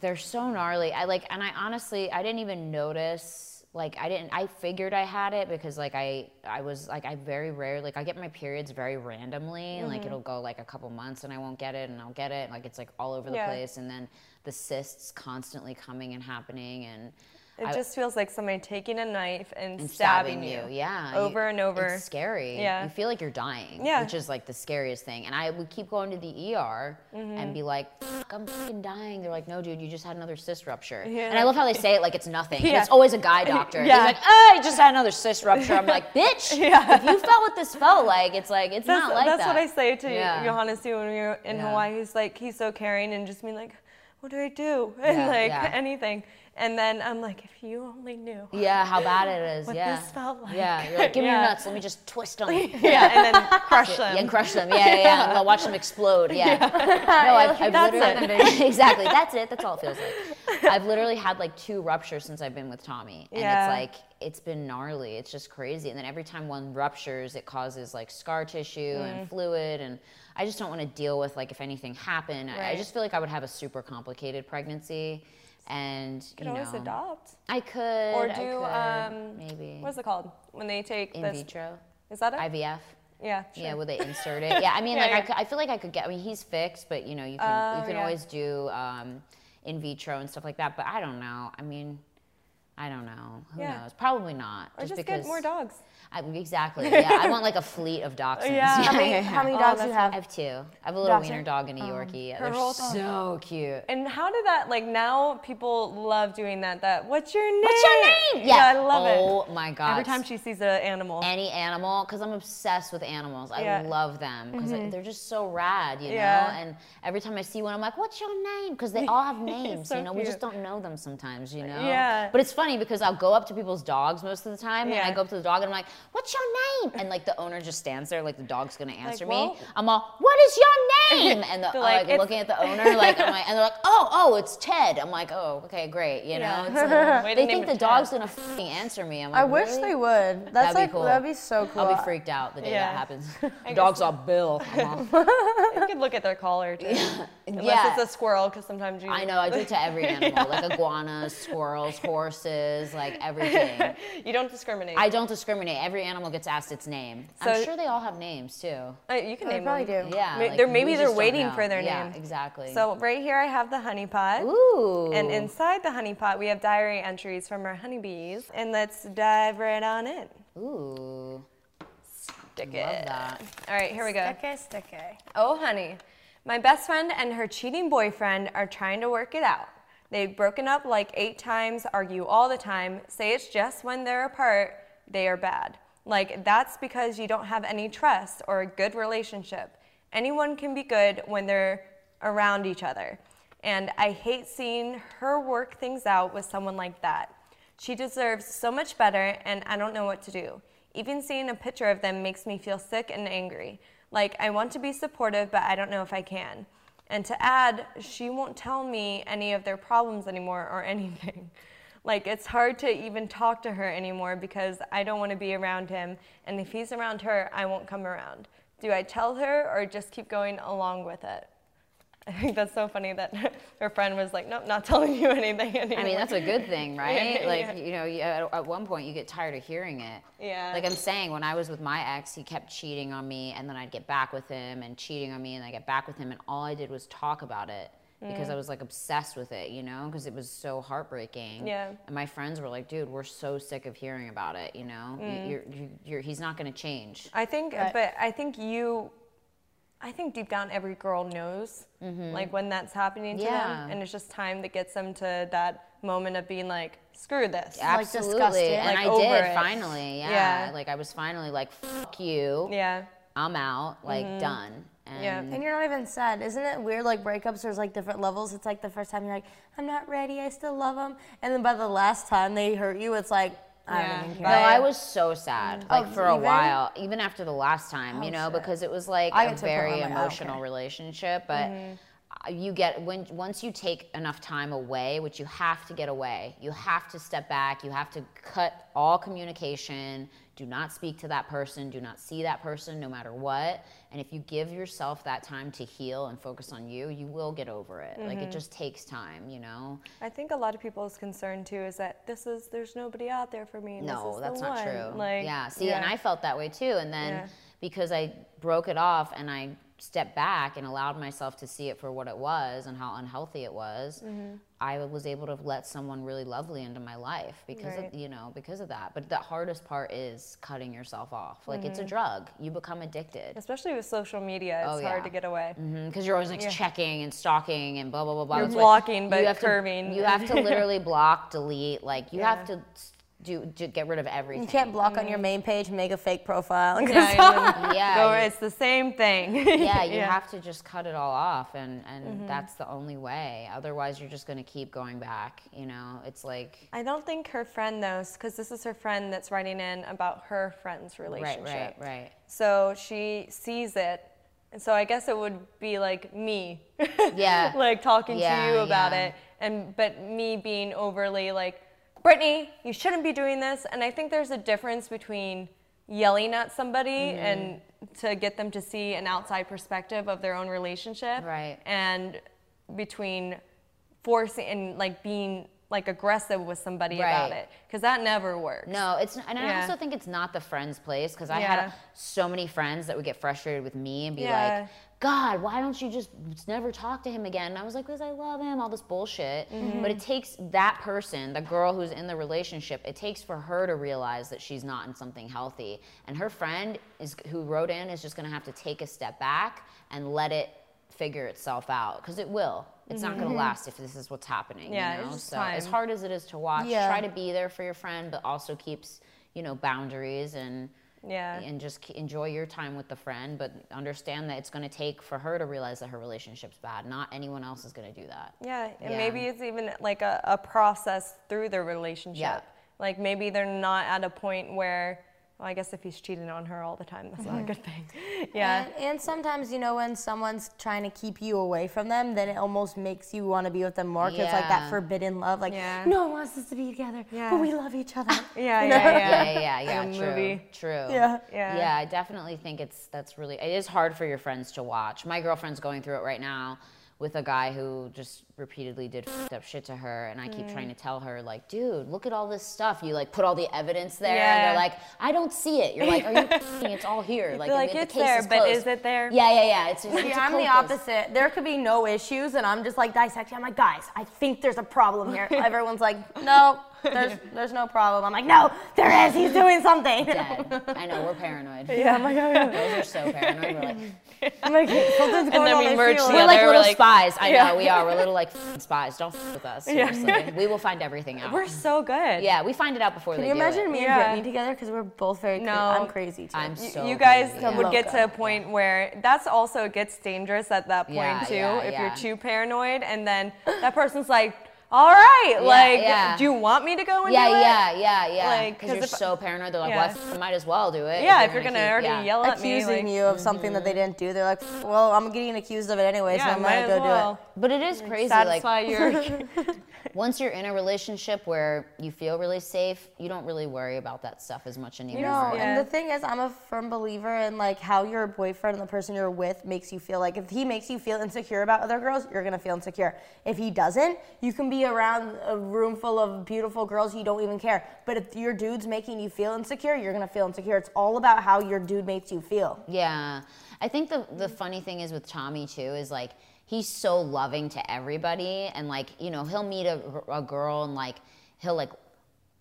they're so gnarly. I like, and I honestly, I didn't even notice. Like, I didn't. I figured I had it because, like, I I was like, I very rare. Like, I get my periods very randomly, and like it'll go like a couple months, and I won't get it, and I'll get it. Like, it's like all over the Yeah. place, and then the cysts constantly coming and happening, and It I- just feels like somebody taking a knife and, and stabbing, you. Yeah, you- Over and over. It's scary. Yeah. you feel like you're dying. Yeah. which is like the scariest thing. And I would keep going to the ER Mm-hmm. and be like, "Fuck, I'm fucking dying." They're like, "No, dude, you just had another cyst rupture." And I love how they say it like it's nothing. Yeah. It's always a guy doctor. Yeah. He's like, "Oh, I just had another cyst rupture." I'm like, "Bitch, Yeah. if you felt what this felt like, it's like it's That's, not like that's that." what I say to Yeah. Johannes too when we were in Yeah. Hawaii. He's like, he's so caring and just being like, what do I do? And Yeah, like yeah. anything. And then I'm like, if you only knew. Yeah, how bad it is. What yeah. this felt like. Yeah, you're like, give me Yeah. your nuts. Let me just twist them. Yeah, and then crush them. Yeah, and crush them. Yeah, yeah, yeah. And I'll watch them explode. Yeah. No, I've, I've That's literally exactly. That's it. That's all it feels like. I've literally had like two ruptures since I've been with Tommy, and Yeah. it's like it's been gnarly. It's just crazy. And then every time one ruptures, it causes like scar tissue Mm. and fluid, and I just don't want to deal with like if anything happened. I, I Right. just feel like I would have a super complicated pregnancy, and you, You can always know, adopt. I could I Or could, do um, maybe What's it called when they take in this- vitro Is that it? IVF. yeah. Sure. Yeah, will they insert it? Yeah, I mean, Yeah, like I yeah. cou- I, feel like I could get. I mean, he's fixed, but you know, you can Oh, you can yeah. always do um, in vitro and stuff like that. But I don't know. I mean, I don't know. Who Yeah. knows? Probably not. Or just, because get more dogs. I, exactly. Yeah, I want like a fleet of dachshunds. Yeah. How many, how many dogs do you Oh, I have? have two. I have a little wiener Dachshund? dog and a Yorkie. They're um, whole dog. so cute. And how did that like now people love doing that that what's your name? What's your name? Yeah, I love oh it. my god. Every time she sees an animal. any animal because I'm obsessed with animals. I Yeah. Mm-hmm. love them because they're just so rad, you Yeah. know. And every time I see one, I'm like, "What's your name?" Because they all have names, so you know. We just cute. don't know them sometimes, you know. Yeah. But it's funny because I'll go up to people's dogs most of the time, and Yeah. I go up to the dog and I'm like, "What's your name?" And like the owner just stands there, like the dog's gonna answer well- me. I'm all, "What is your name?" And the, They're like, like, "It's-" looking at the owner, like, I'm like, and they're like, "Oh, oh, it's Ted." I'm like, "Oh, okay, great," you know. Yeah. It's like, Way to they name think it the Ted. dog's gonna fucking answer me. I'm like, I wish "Really?" they would. That's That'd be like cool. that'd be so cool. I'll be freaked out the day Yeah. that happens. The dog's all Bill. I'm all- you could look at their collar too. Unless Yeah. it's a squirrel, because sometimes you I know. I do it to every animal, like iguanas, squirrels, horses, like everything. you don't discriminate. I don't discriminate. Every animal gets asked its name. I'm So- sure they all have names too. Uh, you can They name probably them. do. Yeah. May- like, they're- we maybe they're just don't waiting know. for their yeah, name. Exactly. So right here I have the honey pot. ooh, And inside the honey pot we have diary entries from our honeybees. And let's dive right on in. ooh, Stick love it. that. All right, here we go. Okay, sticky. Oh, honey, my best friend and her cheating boyfriend are trying to work it out. They've broken up like eight times, argue all the time, say it's just when they're apart, they are bad. Like, that's because you don't have any trust or a good relationship. Anyone can be good when they're around each other. And I hate seeing her work things out with someone like that. She deserves so much better, and I don't know what to do. Even seeing a picture of them makes me feel sick and angry. Like, I want to be supportive, but I don't know if I can. And to add, she won't tell me any of their problems anymore or anything. Like, it's hard to even talk to her anymore because I don't want to be around him, and if he's around her, I won't come around. Do I tell her or just keep going along with it? I think that's so funny that her friend was like, nope, not telling you anything anymore. I mean, that's a good thing, right? Yeah, like, yeah. you know, you, at, at one point you get tired of hearing it. Yeah. Like I'm saying, when I was with my ex, he kept cheating on me, and then I'd get back with him, and cheating on me, and I get back with him, and all I did was talk about it Mm. because I was like obsessed with it, you know, because it was so heartbreaking. Yeah. And my friends were like, "Dude, we're so sick of hearing about it, you know. You- Mm. You're, you're, you're, he's not going to change." I think, but I think you, I think deep down every girl knows, like when that's happening to Mm-hmm. Yeah. them, and it's just time that gets them to that moment of being like, screw this. like, Absolutely, disgusted. and Like, I over did it. finally. Yeah. Yeah. Like I was finally like, "Fuck you, Yeah, Mm-hmm. I'm out, like done." And Yeah. And you're not even sad. Isn't it weird? Like breakups, there's like different levels. It's like the first time you're like, I'm not ready. I still love them. And then by the last time they hurt you, it's like, I Yeah. don't even No, care. Right. I was so sad, like Oh, for a even? while, even after the last time, you Oh, know, shit. because it was like I a get to the point where very I'm like, I don't emotional care. relationship. But Mm-hmm. uh you get when once you take enough time away, which you have to get away, you have to step back, you have to cut all communication. Do not speak to that person. Do not see that person, no matter what. And if you give yourself that time to heal and focus on you, you will get over it. Like Mm-hmm. it just takes time, you know. I think a lot of people's concern too is that this is there's nobody out there for me. and this is No, the that's not one. true. Like, yeah, see, and I felt that way too. And then Yeah. because I broke it off and I stepped back and allowed myself to see it for what it was and how unhealthy it was, Mm-hmm. I was able to let someone really lovely into my life because Right. of, you know because of that. But the hardest part is cutting yourself off. Like Mm-hmm. it's a drug. You become addicted. especially with social media, it's Oh, hard yeah. to get away. Because you're always like checking and stalking and blah blah blah blah. You're That's why blocking, but have to- curving. you have to literally block, delete. Like you have Yeah. to s- do, do get rid of everything. You can't block on your main page, make a fake profile. and Mm-hmm. Yeah, and then Yeah, go, you- it's the same thing. yeah, you have to just cut it all off, and and that's the only way. Otherwise, you're just gonna keep going back. You know, it's like I don't think her friend though, because this is her friend that's writing in about her friend's right, relationship. right, right. So she sees it. And so I guess it would be like me. Yeah. like talking Yeah, to you about yeah. it. And but me being overly like, Brittany, you shouldn't be doing this. And I think there's a difference between yelling at somebody Mm-hmm. and to get them to see an outside perspective of their own relationship. Right. And between forcing and like being like aggressive with somebody about Right. it because that never works. No, it's and I Yeah. also think it's not the friend's place because I had Yeah. so many friends that would get frustrated with me and be Yeah. like, "God, why don't you just never talk to him again?" And I was like, "Cause I love him." All this bullshit, Mm-hmm. but it takes that person, the girl who's in the relationship, it takes for her to realize that she's not in something healthy, and her friend is who wrote in is just gonna have to take a step back and let it figure itself out because it will. It's not going to last if this is what's happening. you Mm-hmm. Yeah, it's know? just so as time. hard as it is to watch, Yeah. try to be there for your friend, but also keeps you know boundaries and Yeah. and just k- enjoy your time with the friend, but understand that it's going to take for her to realize that her relationship's bad. Not anyone else is going to do that. Yeah, and Yeah. maybe it's even like a, a process through their relationship. Yeah. Like maybe they're not at a point where, well, I guess if he's cheating on her all the time, that's Mm-hmm. not a good thing. Yeah. And, and sometimes, you know, when someone's trying to keep you away from them, then it almost makes you want to be with them more because, like, Yeah. that forbidden love. Like, Yeah. no one wants us to be together, Yeah. but we love each other. Yeah, You yeah, know? Yeah, yeah. yeah, yeah. Like a true, movie. true. Yeah. Yeah. yeah. I definitely think it's that's really it is hard for your friends to watch. My girlfriend's going through it right now with a guy who just repeatedly did fucked up shit to her, and I Mm. keep trying to tell her like, dude, look at all this stuff. You like put all the evidence there, and Yeah. they're like, I don't see it. You're like, are you? kidding? It's all here. Like, like, the "It's case there, is but closed." is it there? Yeah, yeah, yeah. It's just. See, it's a I'm the cold case. opposite. There could be no issues, and I'm just like dissecting. I'm like, guys, I think there's a problem here. Everyone's like, no, there's there's no problem. I'm like, no, there is. He's doing something. Dead. I know we're paranoid. Yeah, my God. Those are so paranoid. We're like, I'm like, something's going then on. we I merge feel we're it. together. like we're little like- spies. I Yeah. know we are. We're little like f- spies. Don't f- with us. Seriously, we will find everything out. We're so good. Yeah, we find it out before Can they you do it. imagine me Yeah. and Brittany together? Because we're both very. cra- No. I'm crazy too. I'm You, so. you guys crazy, yeah. would get to a Loco. point where that's also it gets dangerous at that point Yeah, too yeah, if yeah. you're too paranoid and then that person's like all right like yeah. do you want me to go and Yeah, do it? yeah, yeah, yeah. Like, Because 'cause you're if- so paranoid. They're like, yeah. well, I might as well do it. yeah if you're gonna, keep- already yeah. yell at me accusing like, mm-hmm. you of something that they didn't do. They're like, well, I'm getting accused of it anyway, yeah so I'm might gonna as go well. do it. But it is crazy. Like satisfy your once you're in a relationship where you feel really safe, you don't really worry about that stuff as much anymore. No, Yeah. and the thing is, I'm a firm believer in like how your boyfriend and the person you're with makes you feel. Like if he makes you feel insecure about other girls, you're gonna feel insecure. If he doesn't, you can be around a room full of beautiful girls you don't even care. But if your dude's making you feel insecure, you're gonna feel insecure. It's all about how your dude makes you feel. Yeah. I think the the Mm. funny thing is with Tommy too is like he's so loving to everybody and like, you know, he'll meet a, gr- a girl and like he'll like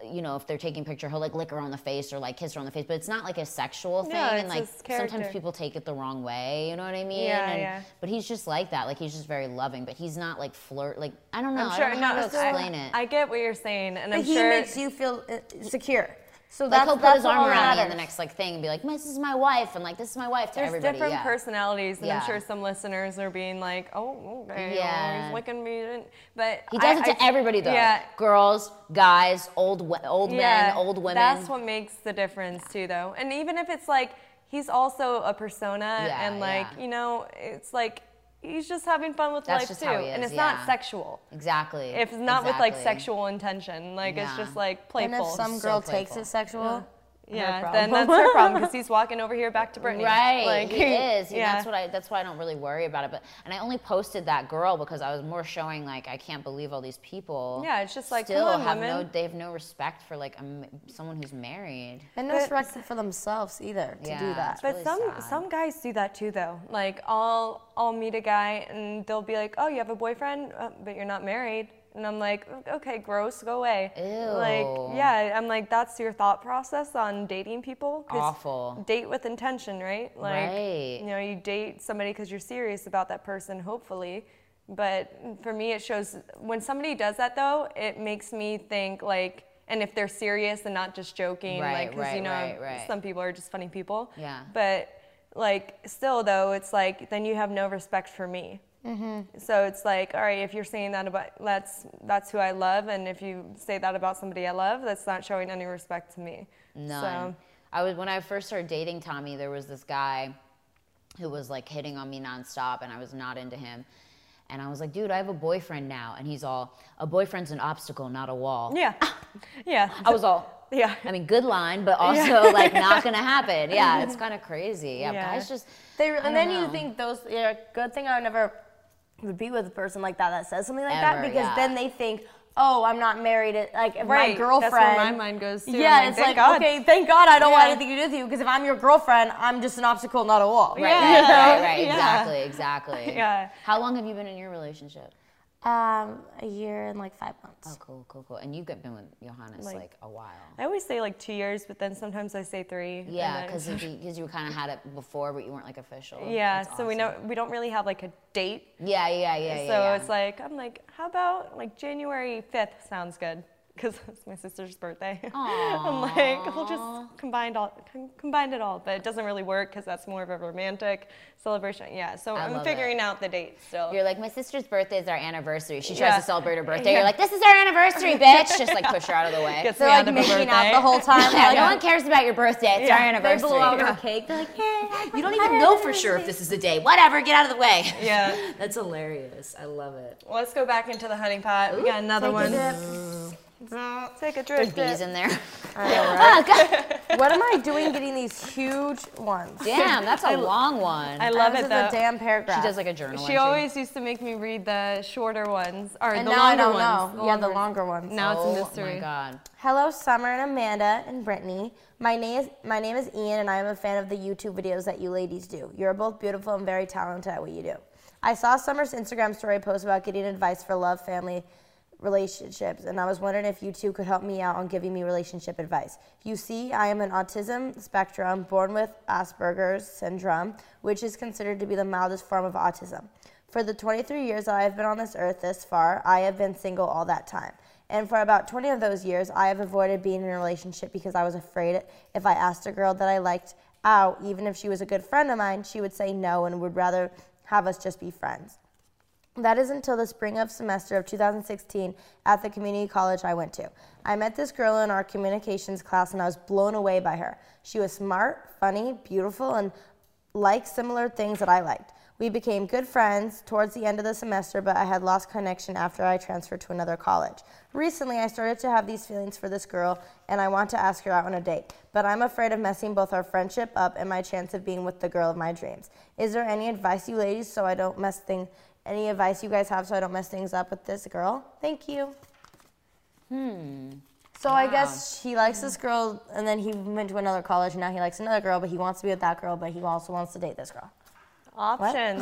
you know, if they're taking a picture, he'll like lick her on the face or like kiss her on the face, but it's not like a sexual thing. Yeah, and it's like his sometimes character. people take it the wrong way, you know what I mean? Yeah, and, yeah. But he's just like that. Like he's just very loving, but he's not like flirt. Like I don't know. I'm sure I don't know how to no, I- explain it. I get what you're saying and But I'm he sure makes you feel uh, secure. So like that's he'll put that's his what arm all around me in matters. the next like thing and be like, "This is my wife," and like, "This is my wife" to there's everybody. different yeah. personalities, and Yeah. I'm sure some listeners are being like, "Oh, okay, yeah. Yeah. he's looking me." in." But He does I- it to I- everybody though. Yeah, Girls, guys, old wo- old yeah, men, old women. That's what makes the difference too, though. And even if it's like he's also a persona, Yeah, and like yeah. you know, it's like he's just having fun with That's life just too, how he and is, it's not yeah. sexual. exactly. If it's not with like exactly. sexual intention, like it's Yeah. just like And playful. if some so girl takes playful. it sexual. yeah, then problem. that's her problem because he's walking over here back to Brittany. Right, Like, he is. and That's what I. That's why I don't really worry about it. But and I only posted that girl because I was more showing like I can't believe all these people. Yeah, it's just like, come still on, have no. women. They have no respect for like a m someone who's married. And no respect for themselves either to do Yeah. that. But- But really some sad. some guys do that too, though. Like I'll I'll meet a guy and they'll be like, "Oh, you have a boyfriend, uh, but you're not married," and I'm like, "Okay, gross, go away." Like Ew. yeah, I'm like, that's your thought process on dating people. 'Cause Awful. Date with intention, right? Like Right. you know, you date somebody because you're serious about that person, hopefully. But for me, it shows when somebody does that though, it makes me think like. And if they're serious and not just joking, Right, like, because you right, know, right, right. some people are just funny people. Yeah. But like, still though, it's like then you have no respect for me. So it's like, all right, if you're saying that about that's that's who I love, and if you say that about somebody I love, that's not showing any respect to me. None. So, I was when I first started dating Tommy. There was this guy who was like hitting on me nonstop, and I was not into him. And I was like, dude, I have a boyfriend now. And he's all, a boyfriend's an obstacle, not a wall. yeah, yeah, I was all, yeah. I mean, good line, but also like not gonna happen. Yeah, it's kind of crazy. Yeah, Yeah. guys just They re- and don't then know. you think those yeah, good thing I would never would be with a person like that that says something like Ever, that because yeah. then they think oh, I'm not married. It- Like if my Right, girlfriend. That's where my mind goes to. I'm Yeah, it's thank like God. okay, thank God I don't want Yeah. anything to do with you because if I'm your girlfriend, I'm just an obstacle, not a wall. Right, Yeah. right, right, right. Yeah. Exactly, exactly. Yeah. How long have you been in your relationship? Um, a year and like five months. Oh, cool, cool, cool. And you've got- been with Johannes like, Like- a while. I always say like two years, but then sometimes I say three. and Yeah, then- because because you kind of had it before, but you weren't like official. yeah. That's So we awesome. know we don't really have like a date. Yeah, yeah, yeah, yeah. so yeah. it's like I'm like, how about like January 5th sounds good because it's my sister's birthday. I'm like, we'll just combine all com- combine it all, but it doesn't really work because that's more of a romantic celebration. Yeah. So I I am love figuring out the date still. You're like, my sister's birthday is our anniversary. She tries Yeah. to celebrate her birthday. You're Yeah. like, this is our anniversary, bitch. Just like push her out of the way. Gets They're me like out of a making out birthday. the whole time. yeah, like, no one cares about your birthday. It's our Yeah. they anniversary. blew out her cake. They're like, yeah. You don't even know for sure if this is the day. Whatever, get out of the way. Yeah. That's hilarious. I love it. Let's go back into the honey pot. We got another one. Take a There's drip. bees dip. in there. Oh, God. what am I doing getting these huge ones? Damn, that's a long one. I love This it is though. a damn paragraph. she does like a journal. She entry. always used to make me read the shorter ones or and the now I longer don't ones. know. yeah, the longer ones. Now it's a Oh mystery. my god. Hello, Summer and Amanda and Brittany. My name is my name is Ian, and I am a fan of the YouTube videos that you ladies do. You are both beautiful and very talented at what you do. I saw Summer's Instagram story post about getting advice for love, family, relationships, and I was wondering if you two could help me out on giving me relationship advice. You see, I am an autism spectrum, born with Asperger's syndrome, which is considered to be the mildest form of autism. For the 23 years that I have been on this earth this far, I have been single all that time. And for about 20 of those years, I have avoided being in a relationship because I was afraid if I asked a girl that I liked out, even if she was a good friend of mine, she would say no and would rather have us just be friends. That is until the spring of semester of 2016 at the community college I went to. I met this girl in our communications class and I was blown away by her. She was smart, funny, beautiful, and liked similar things that I liked. We became good friends towards the end of the semester, but I had lost connection after I transferred to another college. Recently, I started to have these feelings for this girl and I want to ask her out on a date, but I'm afraid of messing both our friendship up and my chance of being with the girl of my dreams. Is there any advice you ladies so I don't mess things any advice you guys have so I don't mess things up with this girl? Thank you. Hmm. So I guess he likes this girl, and then he went to another college, and now he likes another girl, but he wants to be with that girl, but he also wants to date this girl. Options.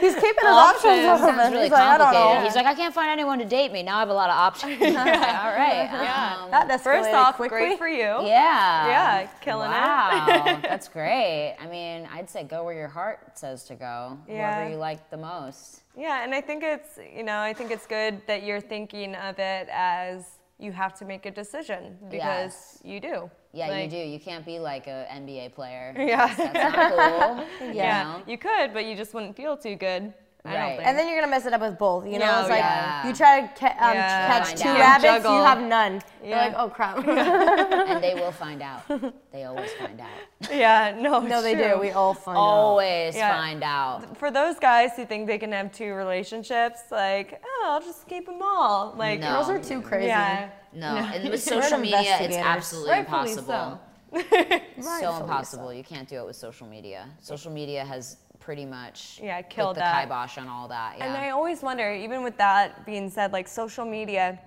He's keeping his options Options. open. Sounds really He's like, I don't complicated. know. He's like, I can't find anyone to date me. Now I have a lot of options. Okay, All right. um, That escalated First off, quickly. great for you. yeah. Yeah, killing it. Um, Wow, that's great. I mean, I'd say go where your heart says to go. Yeah. Wherever you like the most. Yeah, and I think it's you know I think it's good that you're thinking of it as you have to make a decision because Yes. you do. Yeah, Like, you do. You can't be like a NBA player. Yeah. That's not cool. you Yeah, know? you could, but you just wouldn't feel too good. I Right. don't think. And then you're gonna mess it up with both. You know, No, it's like yeah. you try to ca- um, Yeah. catch Find two out. rabbits, you Juggle. have none. You're Yeah. like, oh crap. And they will find out. They always find out. yeah, no. no, it's they do. true. We all find out. Always Yeah. find out. For those guys who think they can have two relationships, like oh, I'll just keep them all. Like No. Girls are too crazy. Yeah. No, and with We're social media, it's investigators. absolutely Rightfully impossible. so. so Rightfully impossible. You can't do it with social media. Social media has pretty much Yeah, put killed the that. kibosh on all that. Yeah. And I always wonder, even with that being said, like social media,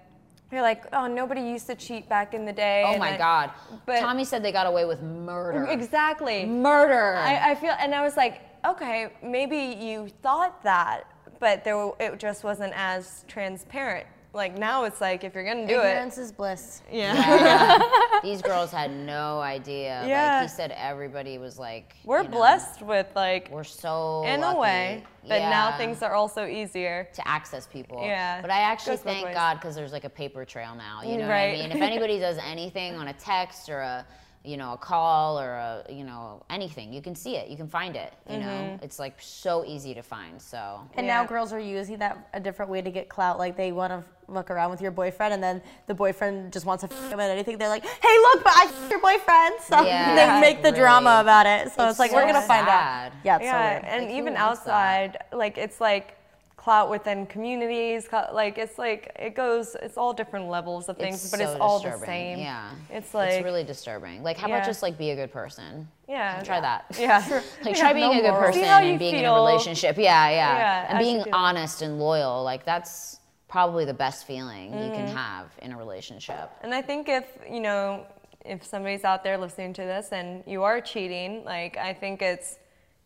you're like, oh, nobody used to cheat back in the day. oh and my I- God. but- Tommy said they got away with murder. Mm-hmm. Exactly. Murder. I, I feel, and I was like, okay, maybe you thought that, but there w- it just wasn't as transparent. Like now, it's like if you're gonna do it, Ignorance is bliss. yeah, These girls had no idea. Like uh, Yeah. he said, everybody was like, we're you know, blessed with like We're so in lucky. a way, but now Yeah. things are also easier. to access people. Yeah. But I actually Goes both thank ways. God because there's like a paper trail now. You know Right. what I mean? If anybody does anything on a text or a you know a call or a you know anything, you can see it. You can find it. You Mm-hmm. know, it's like so easy to find. So And now Yeah. girls are using that a different way to get clout. Like they want to look around with your boyfriend, and then the boyfriend just wants to f him at anything. They're like, "Hey, look, but I f your boyfriend." So Yeah, they make the really. drama about it. So it's, like so we're gonna find sad. out. Yeah, it's so Yeah, weird. and Like, who even wants that? outside, like it's like clout within communities. clout- Like it's like it goes. It's all different levels of things, it's but so it's all disturbing. the same. Yeah. It's like it's really disturbing. Like how about Yeah. just like be a good person? yeah. Try that. Yeah. Like try being no a good morals. See person how and you being in a feel. relationship. Yeah, yeah. Yeah, and I being should do that. honest and loyal. Like that's probably the best feeling you can Mm. have in a relationship. And I think if, you know, if somebody's out there listening to this and you are cheating, like I think it's,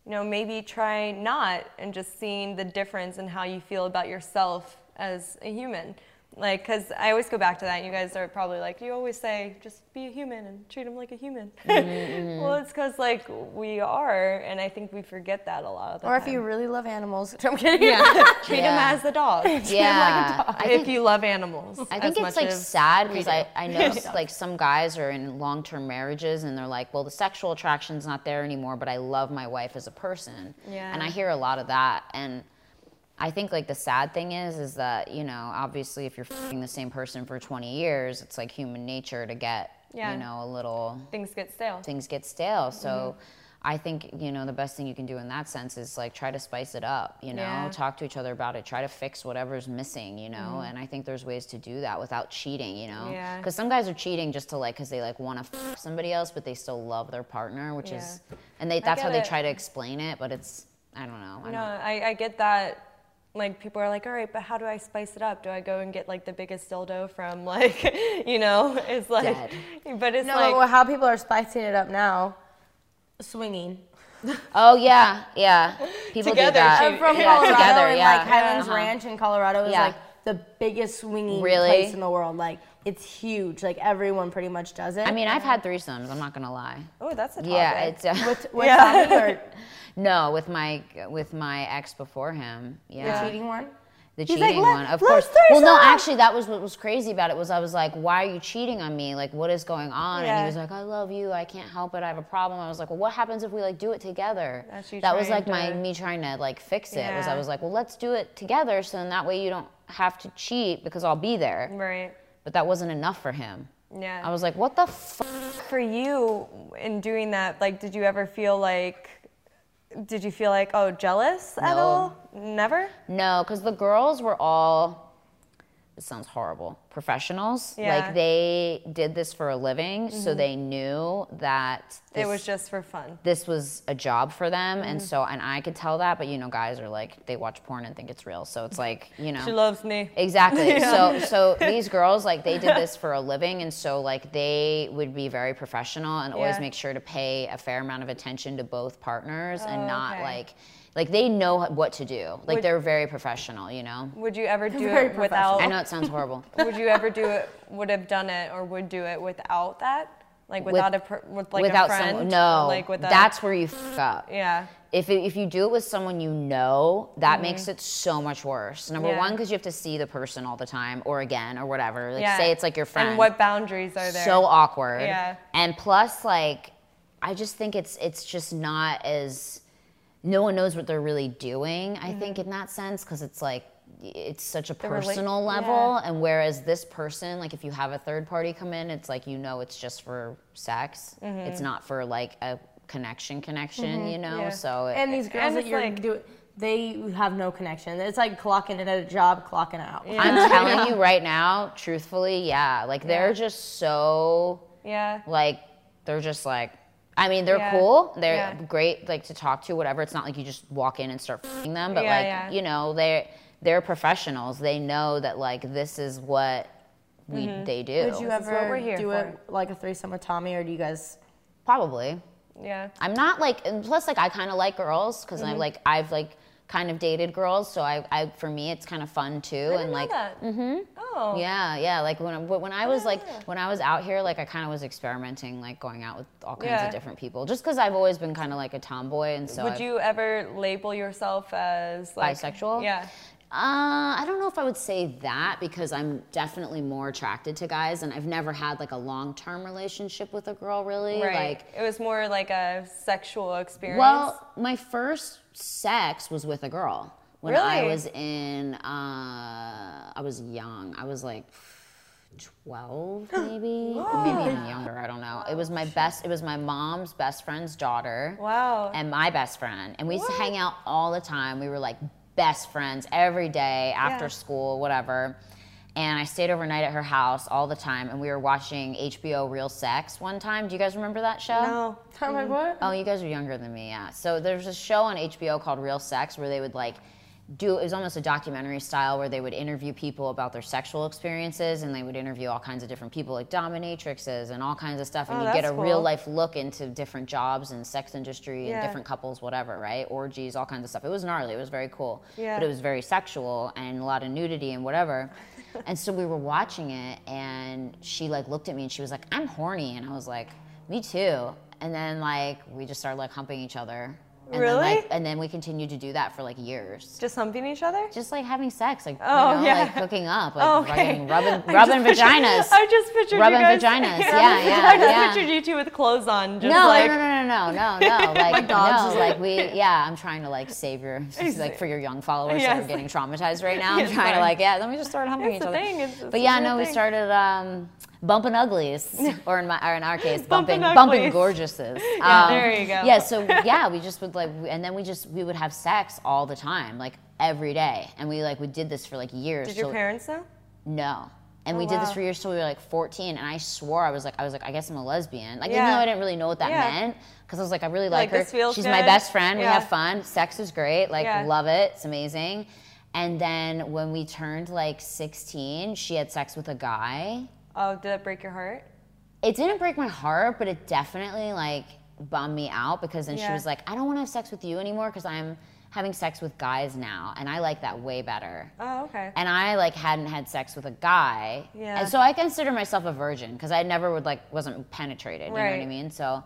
you know, maybe try not and just seeing the difference in how you feel about yourself as a human. Like, cause I always go back to that. You guys are probably like, you always say, just be a human and treat them like a human. Mm-hmm. well, it's cause like we are, and I think we forget that a lot of the Or time. if you really love animals, I'm kidding. treat Yeah. them as the dog. Yeah. I if you love animals, I think as it's much like as sad we because do. I, I notice like some guys are in long term marriages and they're like, well, the sexual attraction's not there anymore, but I love my wife as a person. Yeah. And I hear a lot of that. And I think like the sad thing is, is that, you know, obviously if you're fing the same person for 20 years, it's like human nature to get, Yeah. you know, a little things get stale. things get stale. So Mm-hmm. I think, you know, the best thing you can do in that sense is like try to spice it up, you know, Yeah. Mm-hmm. talk to each other about it, try to fix whatever's missing, you know. And I think there's ways to do that without cheating, you know. Yeah. Cuz some guys are cheating just to like cuz they like want to f- somebody else but they still love their partner, which is Yeah. and they that's how get they it. try to explain it, but it's I don't know. I No, don't, I, I get that. Like people are like, all right, but how do I spice it up? Do I go and get like the biggest dildo from like, you know? It's like, Dead. but it's No, like, well, how people are spicing it up now, swinging. oh yeah, yeah. People Together, do that. I'm Uh, from yeah, Colorado, together, and yeah. like Highlands Uh-huh. Ranch in Colorado is Yeah. like the biggest swinging Really? place in the world. Like it's huge. Like everyone pretty much does it. I mean, I've had threesomes, I'm not going to lie. oh, that's a topic. Yeah, it's uh, with, with yeah. or No, with my with my ex before him. Yeah. the cheating one. The He's cheating like, "Let- one. Of let's course. threesome!" Well, no, actually that was what was crazy about it was I was like, "Why are you cheating on me? Like what is going on?" And he Yeah. was like, "I love you. I can't help it. I have a problem." I was like, "Well, what happens if we like do it together?" That's you that was trying like my to- me trying to like fix it. Was I Yeah. was like, "Well, let's do it together so then that way you don't have to cheat because I'll be there." right. But that wasn't enough for him. Yeah. I was like, "What the f for you in doing that, like, did you ever feel like, did you feel like, oh, jealous at No. all? Never. No, because the girls were all. This sounds horrible. Professionals, Yeah. Mm-hmm. like they did this for a living, so they knew that this, It was just Mm-hmm. for fun. this was a job for them, and so and I could tell that. But you know, guys are like they watch porn and think it's real, so it's like you know. She loves me. Exactly. So so these girls like they did this for a living and so like they would be very professional and always Yeah. make sure to pay a fair amount of attention to both partners and not Oh, okay. like like they know what to do. Like Would- they're very professional, you know. Would you ever do Very it without? I know it sounds horrible. would you ever do it? Would have done it or would do it without that? Like With- without a per, with like Without a friend? someone, Or no. Like with a- that's where you f- up. yeah. if, it, if you do it with someone you know, that makes it so much worse. Number Mm-hmm. Yeah. one, because you have to see the person all the time, or again, or whatever. Like, yeah. say it's like your friend. And what boundaries are there? So awkward. Yeah. And plus, like, I just think it's it's just not as no one knows what they're really doing. I think in that sense, because it's like it's such a Mm-hmm. rela- personal level, and whereas this person, like, if you have a third party come in, it's like you know it's just for sex. Mm-hmm. It's not for like a connection, connection. You know, Yeah. so it, And these girls And that it's you're like- do they have no connection. It's like clocking in at a job, clocking out. I'm telling you right now, truthfully, yeah, like they're just so yeah. like they're just like I mean they're Yeah. cool they're Yeah. great like to talk to whatever it's not like you just walk in and start f***ing them but Yeah, like yeah. you know they're they're professionals they know that like this is what we Mm-hmm. they do Would you This is what ever we're here do for. it like a threesome with Tommy, or do you guys? probably Yeah. I'm not like and plus like I kind of like girls because Mm-hmm. I like I've like kind of dated girls so I, I for me it's kind of fun too I and didn't know like Mm-hmm. that. Oh. Yeah, yeah. Like when I- wh- when I was like when I was out here, like I kind of was experimenting, like going out with all kinds Yeah. of different people, just because I've always been kind of like a tomboy, and so Would I've- you ever label yourself as like, Bisexual? Yeah. Uh, I don't know if I would say that because I'm definitely more attracted to guys, and I've never had like a long term relationship with a girl really. Right. Like it was more like a sexual experience. Well, my first sex was with a girl when I Really? was in. Uh, I was young. I was like. 12 maybe maybe even younger i don't know it was my best it was my mom's best friend's daughter Wow. and my best friend and we used to hang out all the time we were like best friends every day after Yeah. school whatever and i stayed overnight at her house all the time and we were watching hbo real sex one time do you guys remember that show no. um, I'm like, what? Oh, you guys are younger than me, yeah. So there's a show on HBO called Real Sex where they would like do it was almost a documentary style where they would interview people about their sexual experiences and they would interview all kinds of different people like dominatrixes and all kinds of stuff and Oh, you get a that's real cool. life look into different jobs and sex industry and Yeah. different couples whatever right orgies all kinds of stuff it was gnarly it was very cool Yeah. but it was very sexual and a lot of nudity and whatever and so we were watching it and she like looked at me and she was like i'm horny and i was like me too and then like we just started like humping each other and then, Really? like, and then we continued to do that for like years Just humping each other? just like having sex, like Oh, you know, yeah. like cooking up, like Oh, okay. rubbing, rubbing, I rubbing just pictured- vaginas. I just pictured Rubbing you guys. vaginas, yeah, yeah, I just yeah. pictured you two with clothes on, just no, like no, no, no, no, no, no, like dog's no, just like we, yeah. I'm trying to like save your, like for your young followers that are Yes. getting traumatized right now. I'm It's trying to fine. like, yeah, let me just start humping It's each a other. thing, it's- it's but a yeah, weird no, we thing. started um, bumping uglies, or in my, or in our case, bumping, Bumping bumping uglies. gorgeouses. Um, Yeah, there you go. Yeah, so yeah, we just would like, and then we just we would have sex all the time, like every day, and we like we did this for like years. Did your till- parents know? No. And we Oh, did this wow. for years till we were like 14, and I swore I was like, I was like, I guess I'm a lesbian. Like, even Yeah. though I didn't really know what that Yeah. meant, because I was like, I really like, like, her. this feels She's my good. best friend. We Yeah. have fun. Sex is great. Like, Yeah. love it. It's amazing. And then when we turned like 16, she had sex with a guy. Oh, did it break your heart? It didn't break my heart, but it definitely like bummed me out because then she Yeah. was like, I don't want to have sex with you anymore because I'm having sex with guys now, and I like that way better Oh, okay. and I like hadn't had sex with a guy. Yeah. And so I consider myself a virgin because I never would like wasn't penetrated. You know what I Right. mean? So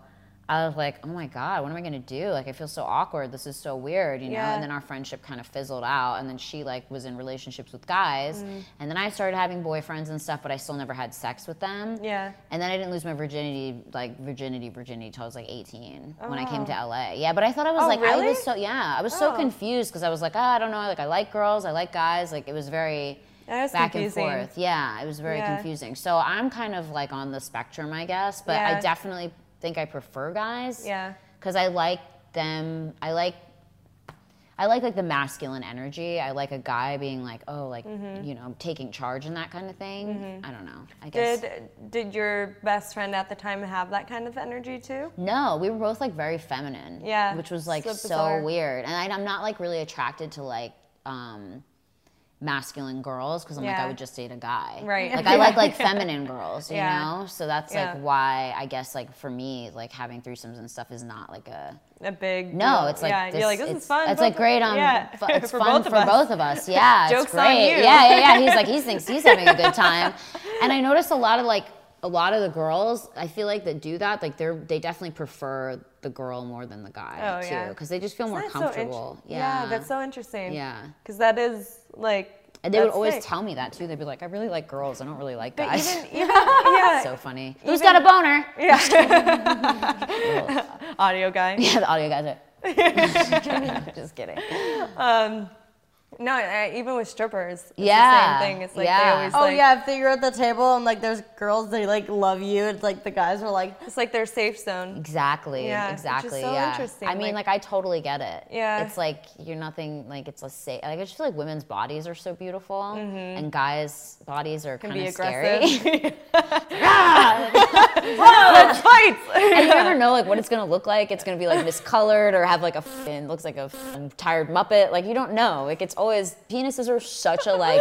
I was like, oh my god, what am I gonna do? Like I feel so awkward. This is so weird. You know. Yeah. And then our friendship kind of fizzled out. And then she like was in relationships with guys. Mm. And then I started having boyfriends and stuff, but I still never had sex with them. Yeah. And then I didn't lose my virginity, like virginity, virginity, till I was like 18 when I came to LA. Yeah, but I thought I was Oh, like, I really? was so yeah, I was so Oh. confused because I was like, oh, I don't know, like I like girls, I like guys, like it was very That is back confusing. and forth. Yeah, it was very Yeah. confusing. So I'm kind of like on the spectrum, I guess, but I Yeah. definitely think I prefer guys. Yeah. Because I like them. I like I like like the masculine energy. I like a guy being like, oh, like you know, taking charge and that kind of thing. I don't know. I guess. Mm-hmm. Did did your best friend at the time have that kind of energy too? No, we were both like very feminine. Yeah, Which was like so, so bizarre. weird. And I, I'm not like really attracted to like um, masculine girls because I'm like, I Yeah. would just date a guy. Right. Like I like like feminine girls, you Yeah. know? So that's Yeah. like why I guess like for me, like having threesomes and stuff is not like a. A big No, deal. it's like yeah. this, You're like this it's, is fun. It's both like of- great. Um, yeah. fu- it's for fun both of for us. both of us. Yeah, it's Joke's on great. you. Yeah, yeah, yeah. He's like he thinks he's having a good time, and I noticed a lot of like a lot of the girls. I feel like that do that. Like they're they definitely prefer the girl more than the guy Oh, too, yeah. because they just feel more That's so int- comfortable. yeah, that's so interesting. Yeah. because that is like. And they would that's always sick. tell me that too. They'd be like, "I really like girls. I don't really like But guys." even, even yeah, so funny. Who's got a boner? audio guy. Yeah, the audio guys are. just kidding. No, I, even with strippers, it's Yeah, the same thing. It's like yeah. they always Oh like, yeah, if you're at the table and like there's girls, they like love you. It's like the guys are like, it's like their safe zone. Exactly. Yeah, which is exactly. so yeah. interesting, I mean, like, like- I totally get it. Yeah. It's like you're nothing. Like it's a say. Like I just feel like women's bodies are so beautiful, and guys' bodies are Mm-hmm. Can kind be of scary. aggressive. Let's fight. and you never know like what it's gonna look like. It's gonna be like miscolored or have like a f- and looks like a f- tired muppet. Like you don't know. Like it's always penises are such a like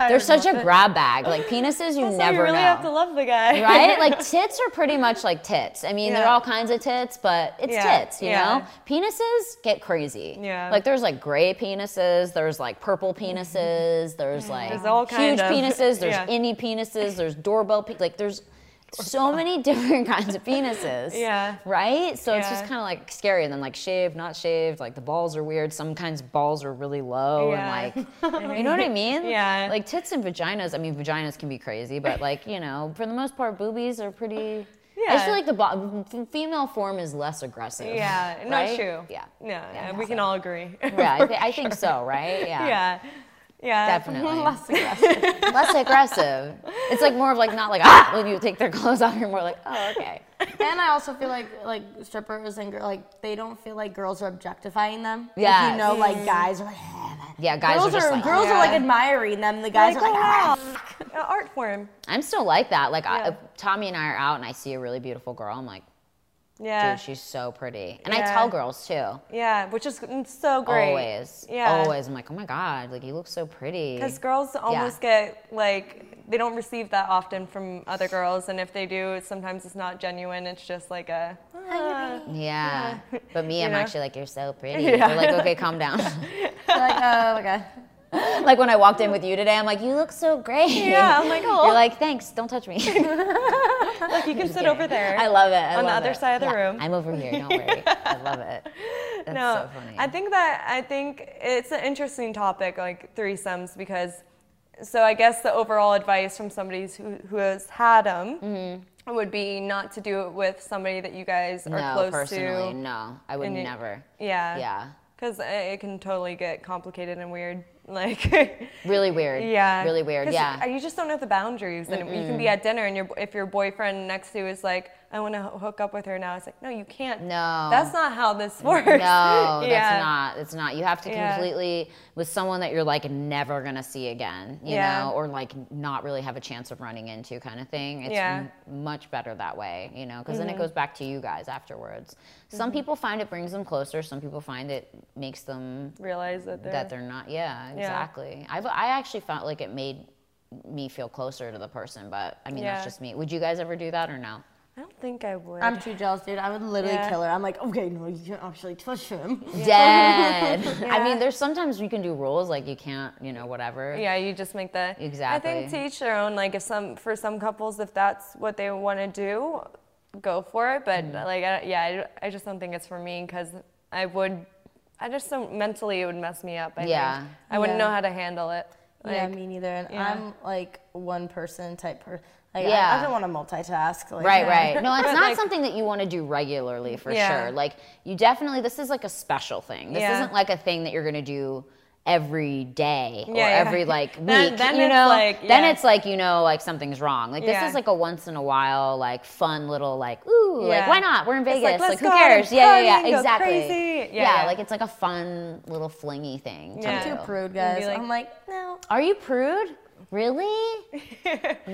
they're such a grab bag. Like penises you So never you really know. have to love the guy, right? Like tits are pretty much like tits. I mean, there are Yeah. all kinds of tits, but it's Yeah, tits, you yeah. know? Penises get crazy. Yeah. Like there's like gray penises, there's like purple penises, there's like There's all huge kind of- penises, there's yeah. any penises, there's doorbell pe- like there's so many different kinds of penises. Yeah. Right? So it's just Yeah. kind of like scary. And then like shaved, not shaved, like the balls are weird. Some kinds of balls are really low Yeah. and like, you know what I mean? Yeah. Like tits and vaginas. I mean, vaginas can be crazy, but like you know, for the most part, boobies are pretty. I just Yeah. feel like the bo- f- female form is less aggressive. Yeah, no, right? true. Yeah. No, yeah, we can all agree. Yeah, I, thi- I think so, right? Yeah. yeah, yeah. Definitely less aggressive. less aggressive. It's like more of like not like ah when you take their clothes off. You're more like oh okay. and I also feel like like strippers and girl like they don't feel like girls are objectifying them. Like, Yes. you know, like guys are like. Yeah, guys girls are just are, like girls are like Yeah. admiring them. The guys Like, are like, "Ah, oh, wow. An art form. I'm still like that. Like I, Yeah. Tommy and I are out, and I see a really beautiful girl. I'm like, Yeah. Dude, she's so pretty. And I Yeah. tell girls too. Yeah, which is it's so great. Always. Yeah. Always. I'm like, oh my God, like you look so pretty. Because girls almost get like they don't receive that often from other girls, and if they do, it's, sometimes it's not genuine. It's just like a "Ah." yeah. But me, I'm know? actually like, you're so pretty. They're like, okay, calm down. like, oh my god. like when I walked in with you today, I'm like, you look so great. Yeah, I'm like, "Oh." You're like, thanks, don't touch me. like you can sit over there. I love it. I On the love other it. side of the Yeah, room. I'm over here, don't worry. I love it. That's no, so funny. I think that I think it's an interesting topic, like threesomes, because so I guess the overall advice from somebody who who has had them would be not to do it with somebody that you guys are Mm-hmm. no, close personally, to. no. I would And you- never. Yeah. Yeah. Because it can totally get complicated and weird. Like, Really weird. yeah. Really weird. 'Cause Yeah. You just don't know the boundaries. And you can be at dinner, and your, if your boyfriend next to you is like, I want to hook up with her now, it's like, no, you can't. No. That's not how this works. No, Yeah. that's not. It's not. You have to Yeah. completely with someone that you're like never gonna see again, you Yeah. know, or like not really have a chance of running into, kind of thing. It's Yeah. Mm-hmm. m- much better that way, you know, because then it goes back to you guys afterwards. Some people find it brings them closer. Some people find it makes them Realize that they're. that they're not. Yeah, exactly. I've I actually felt like it made me feel closer to the person, but I mean Yeah. that's just me. Would you guys ever do that or no? I don't think I would. I'm too jealous, dude. I would literally Yeah. kill her. I'm like, okay, no, you can't actually touch him. Dead. I Yeah. mean, there's sometimes you can do rules like you can't, you know, whatever. yeah, you just make the I think Exactly. to each their own. Like if some for some couples, if that's what they want to do, go for it. But Mm. like I, yeah, I, I just don't think it's for me because I would, I just don't mentally it would mess me up. I Yeah. think. I wouldn't Yeah. know how to handle it. Like, yeah, me neither. And yeah. I'm like one person type person. Like, I, I Yeah. don't want to multitask. Like, Right, right. No, it's not Like- something that you want to do regularly for Yeah. sure. Like you definitely this is like a special thing. This Yeah. isn't like a thing that you're gonna do every day or Yeah, yeah. every like week. Then- then you it's know, like- then yeah. it's like you know, like something's wrong. Like Yeah. this is like a once in a while, like fun little like ooh, like Yeah. why not? We're in It's like, Vegas. like, let's who go out and cares? Yeah, yeah, party and yeah. go Exactly. crazy. Yeah, yeah. like it's like a fun little flingy thing. to Yeah. I'm too do. prude, You'd be guys. like- I'm like, no. Are you prude? Really?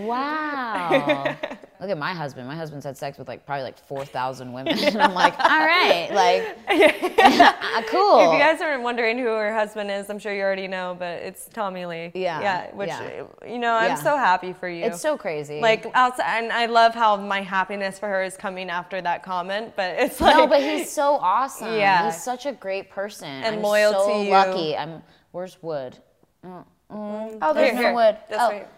wow. Look at my husband. My husband's had sex with like probably like 4,000 women. and I'm like, all right, like, uh, cool. If you guys aren't wondering who her husband is, I'm sure you already know, but it's Tommy Lee. Yeah, Yeah, which, yeah. you know, I'm Yeah. so happy for you. it's so crazy. like outside and i love how my happiness for her is coming after that comment but it's like no, but he's so awesome. Yeah. He's such a great person. And I'm loyal so to you. lucky. I'm, where's Wood? Mm, Oh, there's there's no no Here, here. wood. That's Oh. right.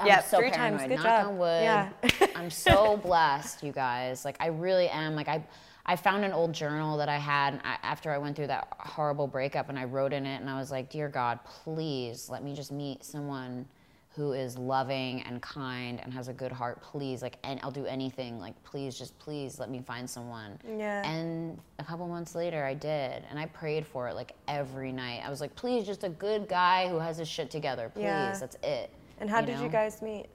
I'm Yeah, so three times. paranoid. Good Knock job. on wood. Yeah. I'm so blessed, you guys. Like I really am. Like I, I found an old journal that I had and I, after I went through that horrible breakup, and I wrote in it, and I was like, "Dear God, please let me just meet someone who is loving and kind and has a good heart. Please, like, and I'll do anything. Like, please, just please let me find someone." Yeah. And a couple months later, I did, and I prayed for it like every night. I was like, "Please, just a good guy who has his shit together. Please, Yeah. that's it." and how did know? you guys meet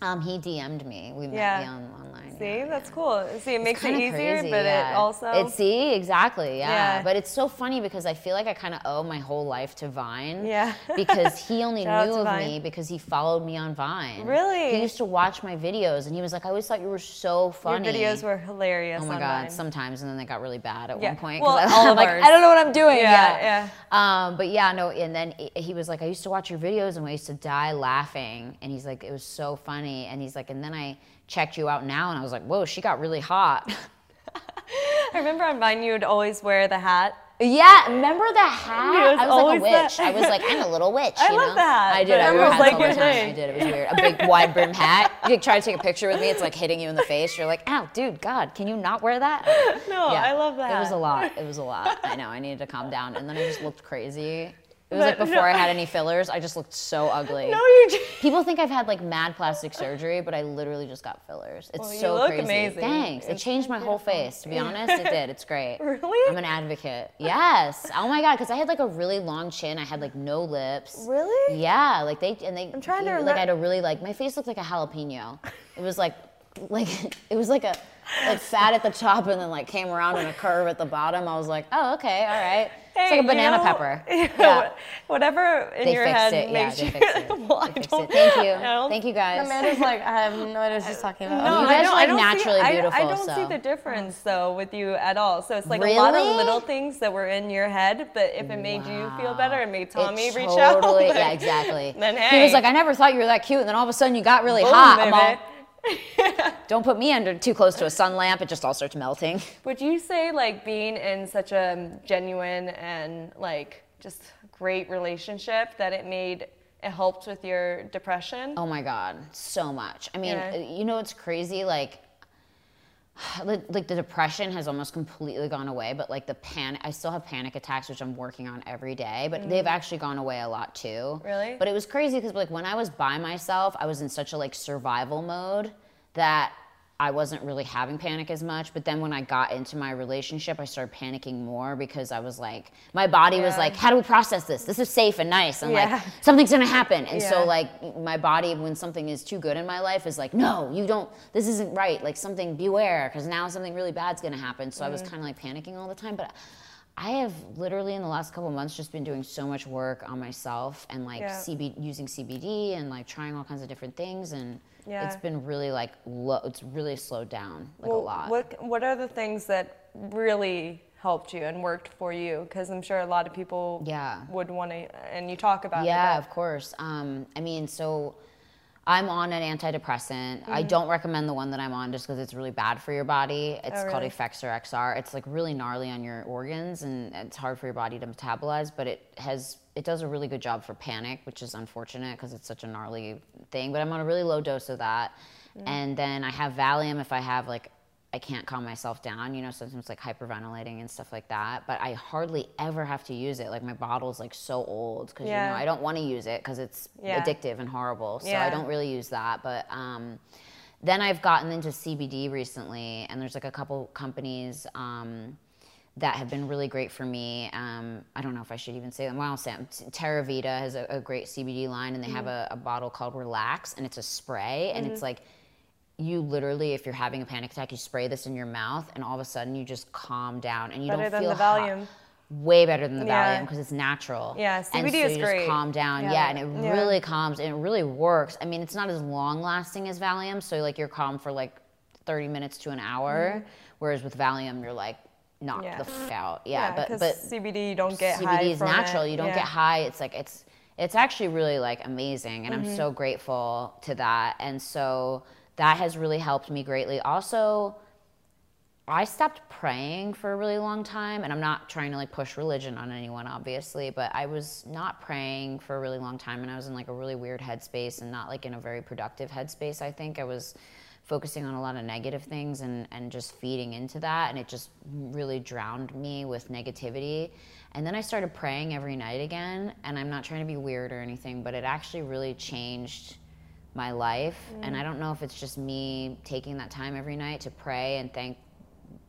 Um, he DM'd me. We met Yeah. yeah. on, online. see yeah. that's cool see it makes it Kinda easier crazy, but yeah. it also It see exactly, yeah. Yeah. But it's so funny because I feel like I kind of owe my whole life to Vine. Yeah. because he only knew Shout out to of me Vine. because he followed me on Vine. Really? He used to watch my videos and he was like, "I always thought you were so your funny." videos were hilarious Oh my on god! mine. Sometimes, and then they got really bad at Yeah. one point. Well, 'cause I, all I'm of like, ours. I don't know what I'm doing. Yeah, yeah. Um, but yeah, no. And then he- he was like, I used to watch your videos, and we used to die laughing. And he's like, it was so funny. And he's like, and then I checked you out now, and I was like, whoa, she got really hot. i remember on mine you would always wear the hat yeah, remember the hat? It was I was like a always that- witch. I was like, I'm a little witch. I you love know? the hat, I did. but I wore that was hats like all your the time. I thing. did. It was weird. A big wide brim hat. You could try to take a picture with me. It's like hitting you in the face. You're like, ow, dude, God, can you not wear that? no Yeah. Oh, i love that It was a lot. It was a lot. I know. I needed to calm down, and then I just looked crazy. It was like before I had any fillers. I just looked so ugly. no you did People think I've had like mad plastic surgery, but I literally just got fillers. It's Well, you so look crazy. amazing. Thanks. It It's changed my whole face. To be honest, it did. It's great. Really? I'm an advocate. Yes. Oh my god, because I had like a really long chin. I had like no lips. Really? Yeah. Like they and they. I'm trying to Like remem- I had a really like my face looked like a jalapeno. It was like. like it was like a like fat at the top and then like came around in a curve at the bottom. I was like, oh okay, all right. it's Hey, like a you banana know- pepper. Yeah. Whatever in They your fixed head it. Yeah, makes they you. fixed it. well, I They fixed don't. it. Thank you. I don't- Thank you guys. Amanda's like, I have no idea what she's talking about. No, You I guys don't, are, like, I don't naturally see, I- I, beautiful, don't see so. the difference though with you at all. So it's like a lot Really? of little things that were in your head, but if it made you feel better, it made It Tommy reach totally, out. then- yeah, exactly. Then He was hey. like, I never thought you were that cute, and then all of a sudden you got really Boom, hot. I'm Oh, baby. all, don't put me under too close to a sun lamp; it just all starts melting. Would you say like being in such a genuine and like just great relationship that it made it helped with your depression? Oh my God, so much. I mean, Yeah. you know, it's crazy. Like, like like the depression has almost completely gone away, but like the panic, I still have panic attacks, which I'm working on every day, but they've actually gone away a lot too. Mm. Really? But it was crazy because like when I was by myself, I was in such a like survival mode that I wasn't really having panic as much. But then when I got into my relationship, I started panicking more because I was like, my body was Yeah. like, how do we process this? This is safe and nice. And Yeah. like, something's gonna happen. And so Yeah. like, like my body when something is too good in my life is like no you don't this isn't right like something beware because now something really bad's going to happen so i Mm. was kind of like panicking all the time but i have literally in the last couple months just been doing so much work on myself and like Yeah. CB, using cbd and like trying all kinds of different things and it's Yeah. been really like low it's really slowed down like a Well, lot What What are the things that really helped you and worked for you? Because I'm sure a lot of people Yeah. would want to, and you talk about yeah it. of course um, i mean so i'm on an antidepressant i Mm-hmm. don't recommend the one that i'm on just because it's really bad for your body it's called Oh, really? effexor xr it's like really gnarly on your organs and it's hard for your body to metabolize but it has it does a really good job for panic which is unfortunate because it's such a gnarly thing but i'm on a really low dose of that Mm. and then i have valium if i have like I can't calm myself down, you know, sometimes like hyperventilating and stuff like that. But I hardly ever have to use it. Like my bottle's like so old because you Yeah. know I don't want to use it because it's Yeah. addictive and horrible. So I Yeah. don't really use that. But um, then I've gotten into CBD recently, and there's like a couple companies. Um, that have been really great for me. Um, I don't know if I should even say them. Well, I'll say them. T- Terra Vita has a, a great CBD line, and they have Mm-hmm. a, a bottle called Relax, and it's a spray, and it's like you literally, if you're having a panic attack, you spray this in your mouth, and all of a sudden you just calm down, and you Better don't than feel the hot. Valium. Way better than the Yeah. Valium because it's natural. Yeah, and so CBD is you great. Just calm down. Yeah, Yeah. and it Yeah. really calms and it really works. I mean, it's not as long lasting as Valium, so like you're calm for like 30 minutes to an hour, whereas with Valium you're like knocked Mm-hmm. Yeah. the fuck out. Yeah, but 'cause but CBD, you don't get high CBD is from natural. it. You don't Yeah. get high. It's like it's it's actually really like amazing, and Mm-hmm. I'm so grateful to that. And so that has really helped me greatly. Also, I stopped praying for a really long time, and I'm not trying to like push religion on anyone, obviously, but I was not praying for a really long time, and I was in like a really weird headspace, and not like in a very productive headspace. I think I was focusing on a lot of negative things and and just feeding into that, and it just really drowned me with negativity. And then I started praying every night again, and I'm not trying to be weird or anything, but it actually really changed my life. And I don't know if it's just me taking that time every night to pray and thank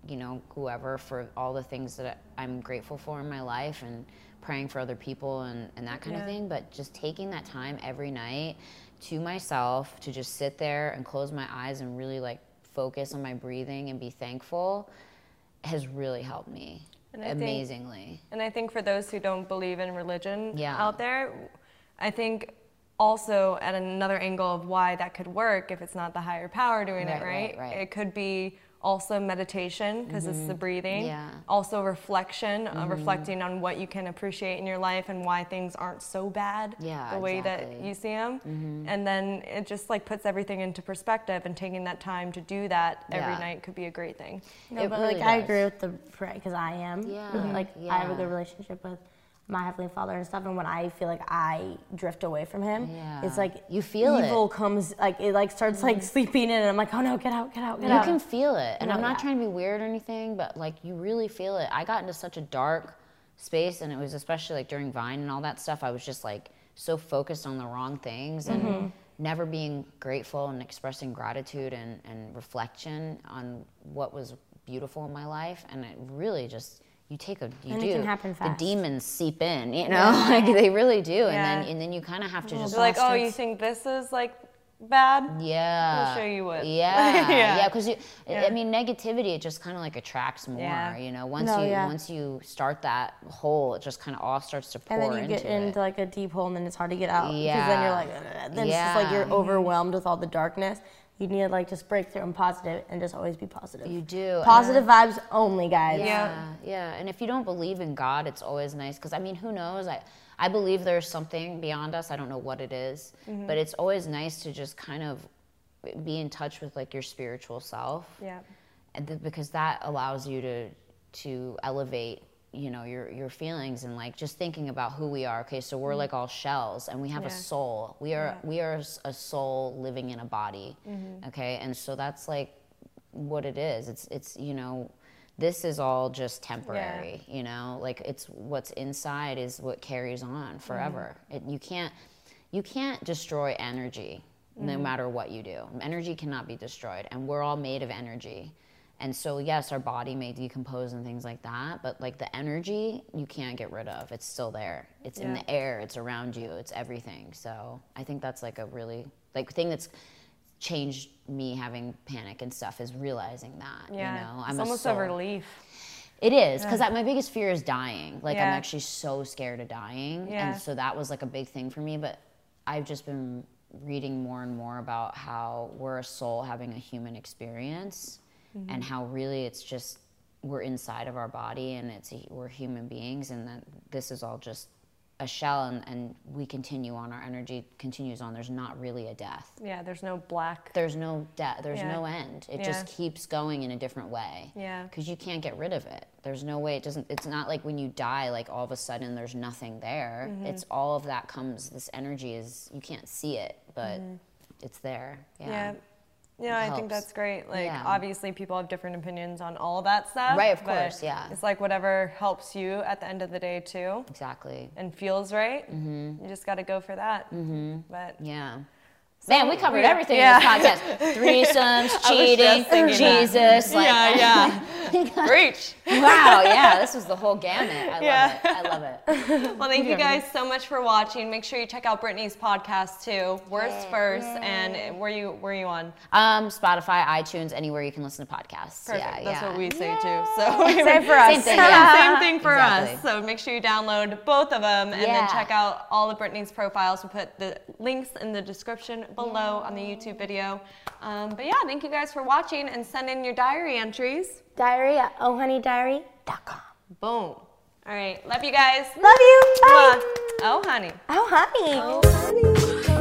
you know, whoever for all the things that I'm grateful for in my life and praying for other people and, and that kind of thing. But just taking that time every night to myself to just sit there and close my eyes and really like focus on my breathing and be thankful has really helped me And I think- amazingly. And I think for those who don't believe in religion Yeah. out there, I think also at another angle of why that could work if it's not the higher power doing Right, it, right, right? right. Mm-hmm. It could be also meditation because it's the breathing. Yeah. Mm-hmm. Also reflection, uh, reflecting on what you can appreciate in your life and why things aren't so bad Yeah, the way that exactly. Mm-hmm. you see them. And then it just like puts everything into perspective and taking that time to do that every Yeah. night could be a great thing. No, It but really like I does. agree with the prayer because I am. Yeah, Mhm. Like I have a yeah. good relationship with my heavenly father and stuff, and when I feel like I drift away from him, Yeah. it's like You feel it. Mm-hmm. evil comes like it like starts like sleeping in, and I'm like, oh no, get out, get out, get You out. can feel it. And No, I'm not yeah. trying to be weird or anything, but like you really feel it. I got into such a dark space and it was especially like during Vine and all that stuff, I was just like so focused on the wrong things and Mm-hmm. never being grateful and expressing gratitude and, and reflection on what was beautiful in my life. And it really just you take a you And do it can happen the fast. demons seep in, you know, like they really do. And then Yeah. and then you kinda have to just They're like, oh, you bastards. think this is like bad. Yeah. show you what- Yeah. Yeah. yeah. Because you, I- I Yeah. mean, negativity it just kind of like attracts more. Yeah. You know, once No, you yeah. once you start that hole, it just kind of all starts to pour And then you get into it. into like a deep hole, and then it's hard to get out. Because then Yeah. you're like, "Ugh," then it's just like Yeah. you're overwhelmed with all the darkness. You need to like just break through and positive, and just always be positive. you do. and positive vibes only, guys. Yeah, yeah. And if you don't believe in God, it's always nice because I mean, who knows? I I believe there's something beyond us. I don't know what it is, Mm-hmm. but it's always nice to just kind of be in touch with like your spiritual self, Yeah. and th- because that allows you to to elevate you know your your feelings and like just thinking about who we are okay so we're like all shells and we have a Mm-hmm. Yeah. Mm-hmm. soul we are we are s- a soul living in a body okay and so that's like what it is it's it's you know this is all just temporary you know like it's what's inside is what carries on forever it, Mm-hmm. you can't you can't destroy energy no Mm-hmm. matter what you do energy cannot be destroyed and we're all made of energy and so yes our body may decompose and things like that but like the energy you can't get rid of it's still there it's in Yeah. the air it's around you it's everything so i think that's like a really like thing that's changed me having panic and stuff is realizing that Yeah. you know it's a almost soul. a relief. It is because my biggest fear is dying. Like I'm Yeah. actually so scared of dying, Yeah. and so that was like a big thing for me. But I've just been reading more and more about how we're a soul having a human experience, Mm-hmm. and how really it's just we're inside of our body, and it's we're human beings, and that this is all just a shell, and, and we continue on. Our energy continues on. There's not really a death Yeah, there's no black. there's no de- there's Yeah. no end it just Yeah. keeps going in a different way Yeah. because you can't get rid of it there's no way it doesn't it's not like when you die like all of a sudden there's nothing there Mm-hmm. it's all of that comes this energy is you can't see it but it's there yeah, Mm-hmm. Yeah. Yeah, I think helps. that's great. Like, Yeah. obviously, people have different opinions on all that stuff. Right, of but course, yeah. It's like whatever helps you at the end of the day, too, exactly and feels right. You just got to go for that. Mm-hmm. But Mm-hmm. yeah Man, we covered everything in yeah. this podcast. Threesomes, cheating, just thinking that. Jesus. Like, yeah, yeah. Reach. wow, yeah, this was the whole gamut. I Yeah. love it. I love it. Well, thank you guys so much for watching. Make sure you check out Brittany's podcast too, Worst First, and where you where you on? Um, Spotify, iTunes, anywhere you can listen to podcasts. Perfect. Yeah, That's yeah. what we say too. So Same for us. Same thing. Yeah, Yeah. same thing for us. Exactly. So make sure you download both of them and Yeah. then check out all of Brittany's profiles. We'll put the links in the description below on the YouTube video. Um, but yeah, thank you guys for watching and send in your diary entries. Diary at ohhoneydiary.com. Boom. All right. Love you guys. Love you. Bye. Mwah. Oh, honey. Oh, honey. Oh, honey.